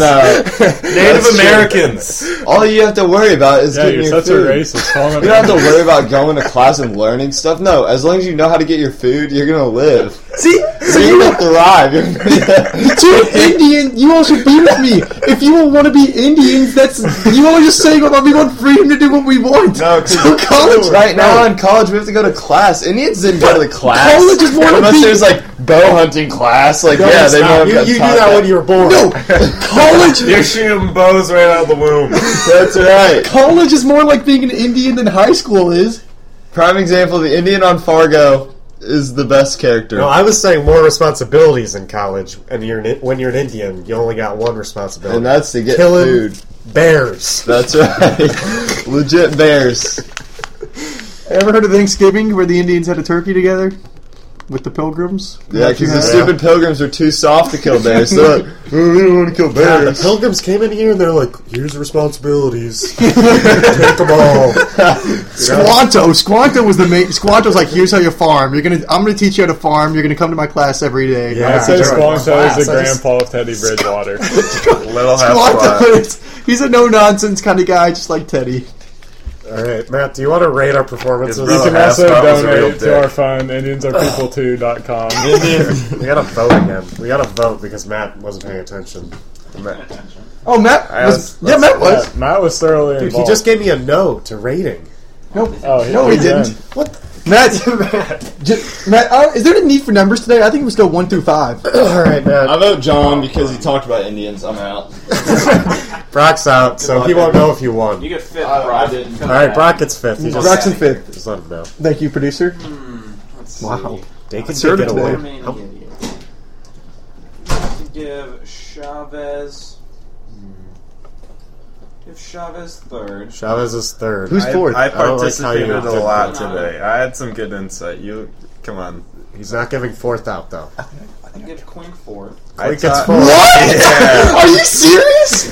[SPEAKER 2] no, no.
[SPEAKER 6] Native
[SPEAKER 2] [LAUGHS] That's true.
[SPEAKER 6] Americans.
[SPEAKER 2] All you have to worry about is
[SPEAKER 7] Yeah,
[SPEAKER 2] getting
[SPEAKER 7] you're
[SPEAKER 2] your
[SPEAKER 7] such
[SPEAKER 2] food.
[SPEAKER 7] a racist. Call them
[SPEAKER 2] You don't have to worry about going to class and learning stuff. No, as long as you know how to get your food, you're gonna live.
[SPEAKER 5] See, so
[SPEAKER 2] You're
[SPEAKER 5] you
[SPEAKER 2] gonna thrive. You're-
[SPEAKER 5] [LAUGHS] two Indian. You all should be with me. If you all want to be Indians, that's you all just saying about we want freedom to do what we want.
[SPEAKER 2] [LAUGHS] No, 'cause
[SPEAKER 5] so college
[SPEAKER 2] Right now in college, we have to go to class. Indians didn't go to class.
[SPEAKER 5] College is more to
[SPEAKER 2] Unless
[SPEAKER 5] be-
[SPEAKER 2] there's like bow hunting class. Like,
[SPEAKER 1] No,
[SPEAKER 2] yeah,
[SPEAKER 1] it's
[SPEAKER 2] they
[SPEAKER 1] not.
[SPEAKER 2] might have
[SPEAKER 1] you,
[SPEAKER 2] got
[SPEAKER 1] you do
[SPEAKER 2] taught
[SPEAKER 1] that when you were born.
[SPEAKER 5] No, college.
[SPEAKER 6] You're shooting bows right out of the
[SPEAKER 2] [LAUGHS]
[SPEAKER 6] womb.
[SPEAKER 2] That's right.
[SPEAKER 5] College is more like being an Indian than high school is.
[SPEAKER 2] Prime example: the Indian on Fargo is the best character.
[SPEAKER 1] No, I was saying more responsibilities in college, and you're an, when you're an Indian, you only got one responsibility,
[SPEAKER 2] and that's to get
[SPEAKER 1] Killing-
[SPEAKER 2] food.
[SPEAKER 1] bears.
[SPEAKER 2] That's right. Legit bears.
[SPEAKER 5] Ever heard of Thanksgiving where the Indians had a turkey together with the [LAUGHS] pilgrims?
[SPEAKER 2] Yeah, because the
[SPEAKER 5] Yeah.
[SPEAKER 2] stupid pilgrims are too soft to kill bears. So like, "Oh, we don't want to kill
[SPEAKER 1] Yeah, the
[SPEAKER 2] bears.
[SPEAKER 1] pilgrims came in here and they're like, "Here's the [LAUGHS] responsibilities. Take them all."
[SPEAKER 5] Squanto, Squanto was the main. Squanto's like, here's how you farm. You're gonna, I'm gonna teach you how to farm. You're gonna come to my class every day.
[SPEAKER 1] Yeah.
[SPEAKER 7] Say
[SPEAKER 1] They're
[SPEAKER 7] Squanto
[SPEAKER 1] like,
[SPEAKER 7] is
[SPEAKER 1] "Class,
[SPEAKER 7] the
[SPEAKER 1] I just-
[SPEAKER 7] grandpa of Teddy Bridgewater.
[SPEAKER 6] Little half
[SPEAKER 5] Squanto [LAUGHS]
[SPEAKER 6] squat.
[SPEAKER 5] is- he's a no nonsense kind of guy, just like Teddy.
[SPEAKER 1] All right, Matt, do you want to rate our performances?
[SPEAKER 6] His
[SPEAKER 7] You can
[SPEAKER 6] brother has-
[SPEAKER 7] also
[SPEAKER 6] Ascot was a real
[SPEAKER 7] donate
[SPEAKER 6] dick.
[SPEAKER 7] to our fund, IndiansArePeople2.com.
[SPEAKER 1] we gotta vote again. We gotta vote because Matt wasn't paying attention.
[SPEAKER 5] Oh, Matt
[SPEAKER 6] I
[SPEAKER 5] was.
[SPEAKER 6] was-
[SPEAKER 5] yeah, Matt was.
[SPEAKER 7] Yeah, Matt was thoroughly
[SPEAKER 1] Dude, he
[SPEAKER 7] involved.
[SPEAKER 1] just gave me a no to rating.
[SPEAKER 7] oh, he,
[SPEAKER 5] No, he
[SPEAKER 7] again.
[SPEAKER 5] didn't.
[SPEAKER 1] What?
[SPEAKER 5] Matt, j- Matt, uh, is there a need for numbers today? I think we still one through five.
[SPEAKER 1] All right,
[SPEAKER 2] I
[SPEAKER 1] Matt.
[SPEAKER 2] vote John because he talked about Indians. I'm out.
[SPEAKER 1] [LAUGHS] Brock's out, so he won't know if you won.
[SPEAKER 3] You get fifth,
[SPEAKER 2] I-
[SPEAKER 3] bro.
[SPEAKER 2] I didn't.
[SPEAKER 1] All right, Brock gets fifth. You just,
[SPEAKER 5] Braxton fifth.
[SPEAKER 1] just let him know.
[SPEAKER 5] Thank you, producer.
[SPEAKER 6] Hmm,
[SPEAKER 3] Let's
[SPEAKER 5] Wow.
[SPEAKER 3] see.
[SPEAKER 1] They can
[SPEAKER 5] Conservative
[SPEAKER 1] take it away.
[SPEAKER 3] How many idiots? To give Chavez. Give Chavez third.
[SPEAKER 1] Chavez is third.
[SPEAKER 5] Who's
[SPEAKER 6] I,
[SPEAKER 5] fourth?
[SPEAKER 6] I
[SPEAKER 1] I don't like how you
[SPEAKER 6] participated a
[SPEAKER 1] did
[SPEAKER 6] lot
[SPEAKER 3] that.
[SPEAKER 6] today. I had some good insight. You come on.
[SPEAKER 1] He's not giving fourth out though.
[SPEAKER 3] Give Queen fourth.
[SPEAKER 6] I
[SPEAKER 1] Queen gets
[SPEAKER 6] taught-
[SPEAKER 1] fourth.
[SPEAKER 6] Yeah,
[SPEAKER 5] Are you serious?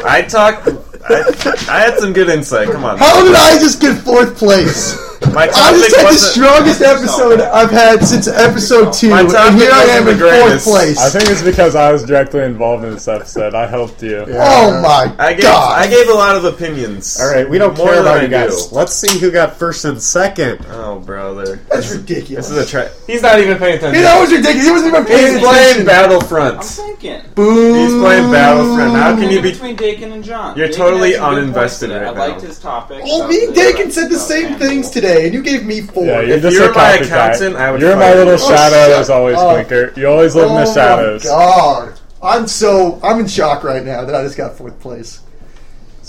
[SPEAKER 6] I talked. I, I had some good insight. Come on.
[SPEAKER 5] How did I just get fourth place?
[SPEAKER 6] My
[SPEAKER 5] I just
[SPEAKER 6] topic
[SPEAKER 5] had the
[SPEAKER 6] wasn't.
[SPEAKER 5] strongest episode I've had since episode two,
[SPEAKER 6] My
[SPEAKER 5] and here
[SPEAKER 6] topic
[SPEAKER 5] I
[SPEAKER 6] wasn't
[SPEAKER 5] am in
[SPEAKER 6] the
[SPEAKER 5] fourth
[SPEAKER 6] greatest.
[SPEAKER 5] place.
[SPEAKER 7] I think it's because I was directly involved in this episode. I helped you.
[SPEAKER 5] oh my
[SPEAKER 6] I gave,
[SPEAKER 5] god!
[SPEAKER 6] I gave a lot of opinions.
[SPEAKER 1] All right, we don't
[SPEAKER 6] More
[SPEAKER 1] care
[SPEAKER 6] than
[SPEAKER 1] about
[SPEAKER 6] I
[SPEAKER 1] you guys.
[SPEAKER 6] do.
[SPEAKER 1] Let's see who got first and second.
[SPEAKER 6] Oh, brother.
[SPEAKER 5] That's ridiculous.
[SPEAKER 6] This is a tra- He's not even paying attention.
[SPEAKER 5] Dude, that was ridiculous. He wasn't even paying
[SPEAKER 6] He's playing
[SPEAKER 5] attention.
[SPEAKER 6] Battlefront.
[SPEAKER 3] I'm thinking.
[SPEAKER 5] Boo!
[SPEAKER 6] He's
[SPEAKER 1] Mm.
[SPEAKER 6] playing Battlefront. How
[SPEAKER 3] I'm
[SPEAKER 6] can you
[SPEAKER 3] thinking
[SPEAKER 6] be?
[SPEAKER 3] between Dakin and John.
[SPEAKER 6] You're
[SPEAKER 3] Dakin
[SPEAKER 6] totally
[SPEAKER 3] had some good points
[SPEAKER 6] uninvested
[SPEAKER 3] today.
[SPEAKER 6] right
[SPEAKER 3] I
[SPEAKER 6] now.
[SPEAKER 3] liked his topic.
[SPEAKER 5] Well, me and Dakin said the same things today, and you gave me four.
[SPEAKER 7] Yeah, you're
[SPEAKER 6] If
[SPEAKER 7] just
[SPEAKER 6] you
[SPEAKER 7] a
[SPEAKER 6] were my
[SPEAKER 7] copycat.
[SPEAKER 6] accountant, I would
[SPEAKER 7] you're my
[SPEAKER 6] fire
[SPEAKER 7] little
[SPEAKER 6] you.
[SPEAKER 5] Oh,
[SPEAKER 7] shadow,
[SPEAKER 5] shut
[SPEAKER 7] as always,
[SPEAKER 5] up.
[SPEAKER 7] Quinker. You always live
[SPEAKER 5] oh
[SPEAKER 7] in the shadows.
[SPEAKER 5] my god! I'm so I'm in shock right now that I just got fourth place.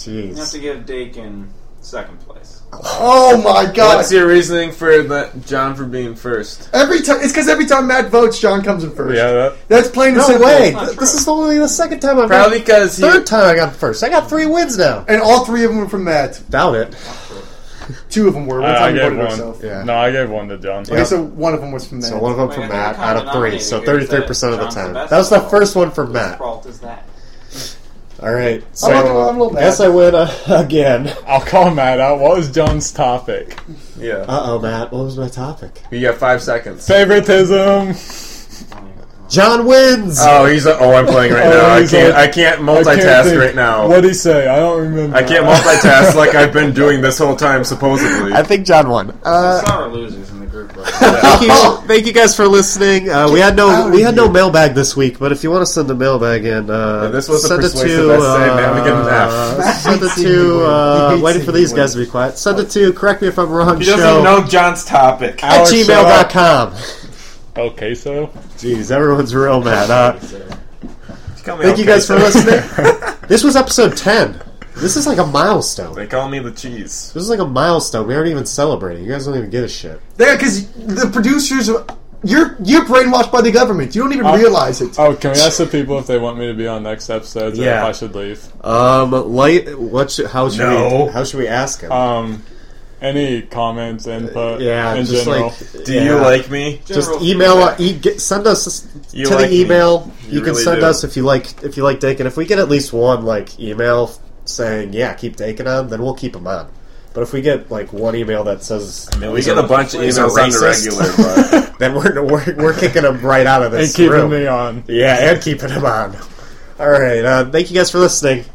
[SPEAKER 3] You have to
[SPEAKER 1] Jeez.
[SPEAKER 3] give Dakin second place.
[SPEAKER 5] Oh my god!
[SPEAKER 6] What's your reasoning for the John for being first?
[SPEAKER 5] every time it's because every time Matt votes, John comes in first.
[SPEAKER 7] Yeah, that,
[SPEAKER 5] That's plain and
[SPEAKER 1] No
[SPEAKER 5] simple.
[SPEAKER 1] way.
[SPEAKER 3] not
[SPEAKER 1] Th- This
[SPEAKER 3] true.
[SPEAKER 1] is only the second time I've
[SPEAKER 6] Probably
[SPEAKER 1] got.
[SPEAKER 6] because he.
[SPEAKER 1] Third time I got first. I got three wins now.
[SPEAKER 5] And all three of them were from Matt.
[SPEAKER 1] Doubt it.
[SPEAKER 5] Two of them were. One
[SPEAKER 7] I- Uh, I
[SPEAKER 5] time you
[SPEAKER 7] gave
[SPEAKER 5] voted
[SPEAKER 7] one.
[SPEAKER 5] myself.
[SPEAKER 1] Yeah.
[SPEAKER 7] no, I gave one to John.
[SPEAKER 5] Okay, so one of them was from Matt.
[SPEAKER 1] So one of them
[SPEAKER 3] Wait, I
[SPEAKER 1] from
[SPEAKER 3] think
[SPEAKER 1] Matt
[SPEAKER 3] the
[SPEAKER 1] out of three,
[SPEAKER 3] common
[SPEAKER 1] so
[SPEAKER 3] denominator
[SPEAKER 1] thirty-three
[SPEAKER 3] here is that
[SPEAKER 1] percent of the
[SPEAKER 3] uh, John's
[SPEAKER 1] time.
[SPEAKER 3] the best
[SPEAKER 1] That was the
[SPEAKER 3] of all.
[SPEAKER 1] first one from
[SPEAKER 3] Whose
[SPEAKER 1] Matt. All
[SPEAKER 3] fault is that?
[SPEAKER 1] right, so
[SPEAKER 5] I'm a- I'm a
[SPEAKER 1] I
[SPEAKER 5] little
[SPEAKER 1] guess
[SPEAKER 5] mad.
[SPEAKER 1] I win uh, again.
[SPEAKER 7] I'll call Matt out. What was John's topic?
[SPEAKER 6] Yeah.
[SPEAKER 1] Uh oh, Matt. What was my topic?
[SPEAKER 6] You got five seconds.
[SPEAKER 7] Favoritism.
[SPEAKER 3] Oh, yeah.
[SPEAKER 1] John wins.
[SPEAKER 6] Oh, he's a, oh, I'm playing
[SPEAKER 1] [LAUGHS]
[SPEAKER 6] right
[SPEAKER 7] Oh,
[SPEAKER 6] now. I
[SPEAKER 7] he's
[SPEAKER 6] can't
[SPEAKER 7] like-
[SPEAKER 6] I
[SPEAKER 7] I
[SPEAKER 6] can't
[SPEAKER 7] can't
[SPEAKER 6] multitask
[SPEAKER 7] think.
[SPEAKER 6] right now.
[SPEAKER 7] What'd he say? I don't remember.
[SPEAKER 6] I can't multitask like I've been doing this whole time supposedly.
[SPEAKER 1] I think John won. Uh,
[SPEAKER 3] Sorry, losers in the group.
[SPEAKER 6] [LAUGHS]
[SPEAKER 3] Right
[SPEAKER 1] thank you, [LAUGHS] thank you guys for listening. Uh, we had no we had no mailbag this week, but if you want to send a mailbag in, uh,
[SPEAKER 6] Yeah, this was a
[SPEAKER 1] send it
[SPEAKER 6] persuasive
[SPEAKER 1] to
[SPEAKER 6] essay, man. We get an F.
[SPEAKER 1] uh, [LAUGHS] send it
[SPEAKER 5] hates seeing you
[SPEAKER 1] to
[SPEAKER 5] win.
[SPEAKER 1] uh,
[SPEAKER 5] He hates
[SPEAKER 1] waiting for
[SPEAKER 5] seeing
[SPEAKER 1] these
[SPEAKER 5] you win.
[SPEAKER 1] guys to be quiet. Send it to correct me if I'm wrong.
[SPEAKER 3] He doesn't
[SPEAKER 1] show
[SPEAKER 3] even know John's topic.
[SPEAKER 1] at
[SPEAKER 7] Alex, shut up.
[SPEAKER 1] gmail.com.
[SPEAKER 7] Okay, so
[SPEAKER 1] Jeez, everyone's real mad. Uh,
[SPEAKER 6] Thank
[SPEAKER 1] thank you guys for
[SPEAKER 3] [LAUGHS]
[SPEAKER 1] listening. this was episode ten. This is like a milestone.
[SPEAKER 6] They call me the cheese.
[SPEAKER 1] This is like a milestone. We aren't even celebrating. You guys don't even give a shit.
[SPEAKER 5] Yeah, because the producers, are- you're you're brainwashed by the government. You don't even realize it.
[SPEAKER 7] Oh, can we ask the people if they want me to be on next episodes or if
[SPEAKER 1] Yeah.
[SPEAKER 7] I should leave?
[SPEAKER 1] Um, light. What? Should, how should
[SPEAKER 6] No.
[SPEAKER 1] we? How should we ask him?
[SPEAKER 7] Um, any comments, input,
[SPEAKER 1] yeah,
[SPEAKER 7] in
[SPEAKER 1] just
[SPEAKER 7] general?
[SPEAKER 1] like.
[SPEAKER 6] Do
[SPEAKER 1] yeah.
[SPEAKER 6] you like me?
[SPEAKER 1] Just email. uh, E- get, send us
[SPEAKER 6] You
[SPEAKER 1] to
[SPEAKER 6] like
[SPEAKER 1] the
[SPEAKER 6] me.
[SPEAKER 1] email. You,
[SPEAKER 6] You
[SPEAKER 1] can
[SPEAKER 6] really
[SPEAKER 1] send
[SPEAKER 6] do.
[SPEAKER 1] us if you like. If you like Dakin, if we get at least one like email saying yeah, keep Dakin on, then we'll keep him on. But if we get like one email that says
[SPEAKER 6] I mean, we get a bunch of
[SPEAKER 1] he's a
[SPEAKER 6] emails on the
[SPEAKER 1] racist.
[SPEAKER 6] regular,
[SPEAKER 1] [LAUGHS]
[SPEAKER 6] but
[SPEAKER 1] then we're, we're we're kicking him right out of
[SPEAKER 7] and
[SPEAKER 1] this
[SPEAKER 7] keeping
[SPEAKER 1] room.
[SPEAKER 7] me on.
[SPEAKER 1] Yeah, and keeping him on. All right. Uh, thank you guys for listening.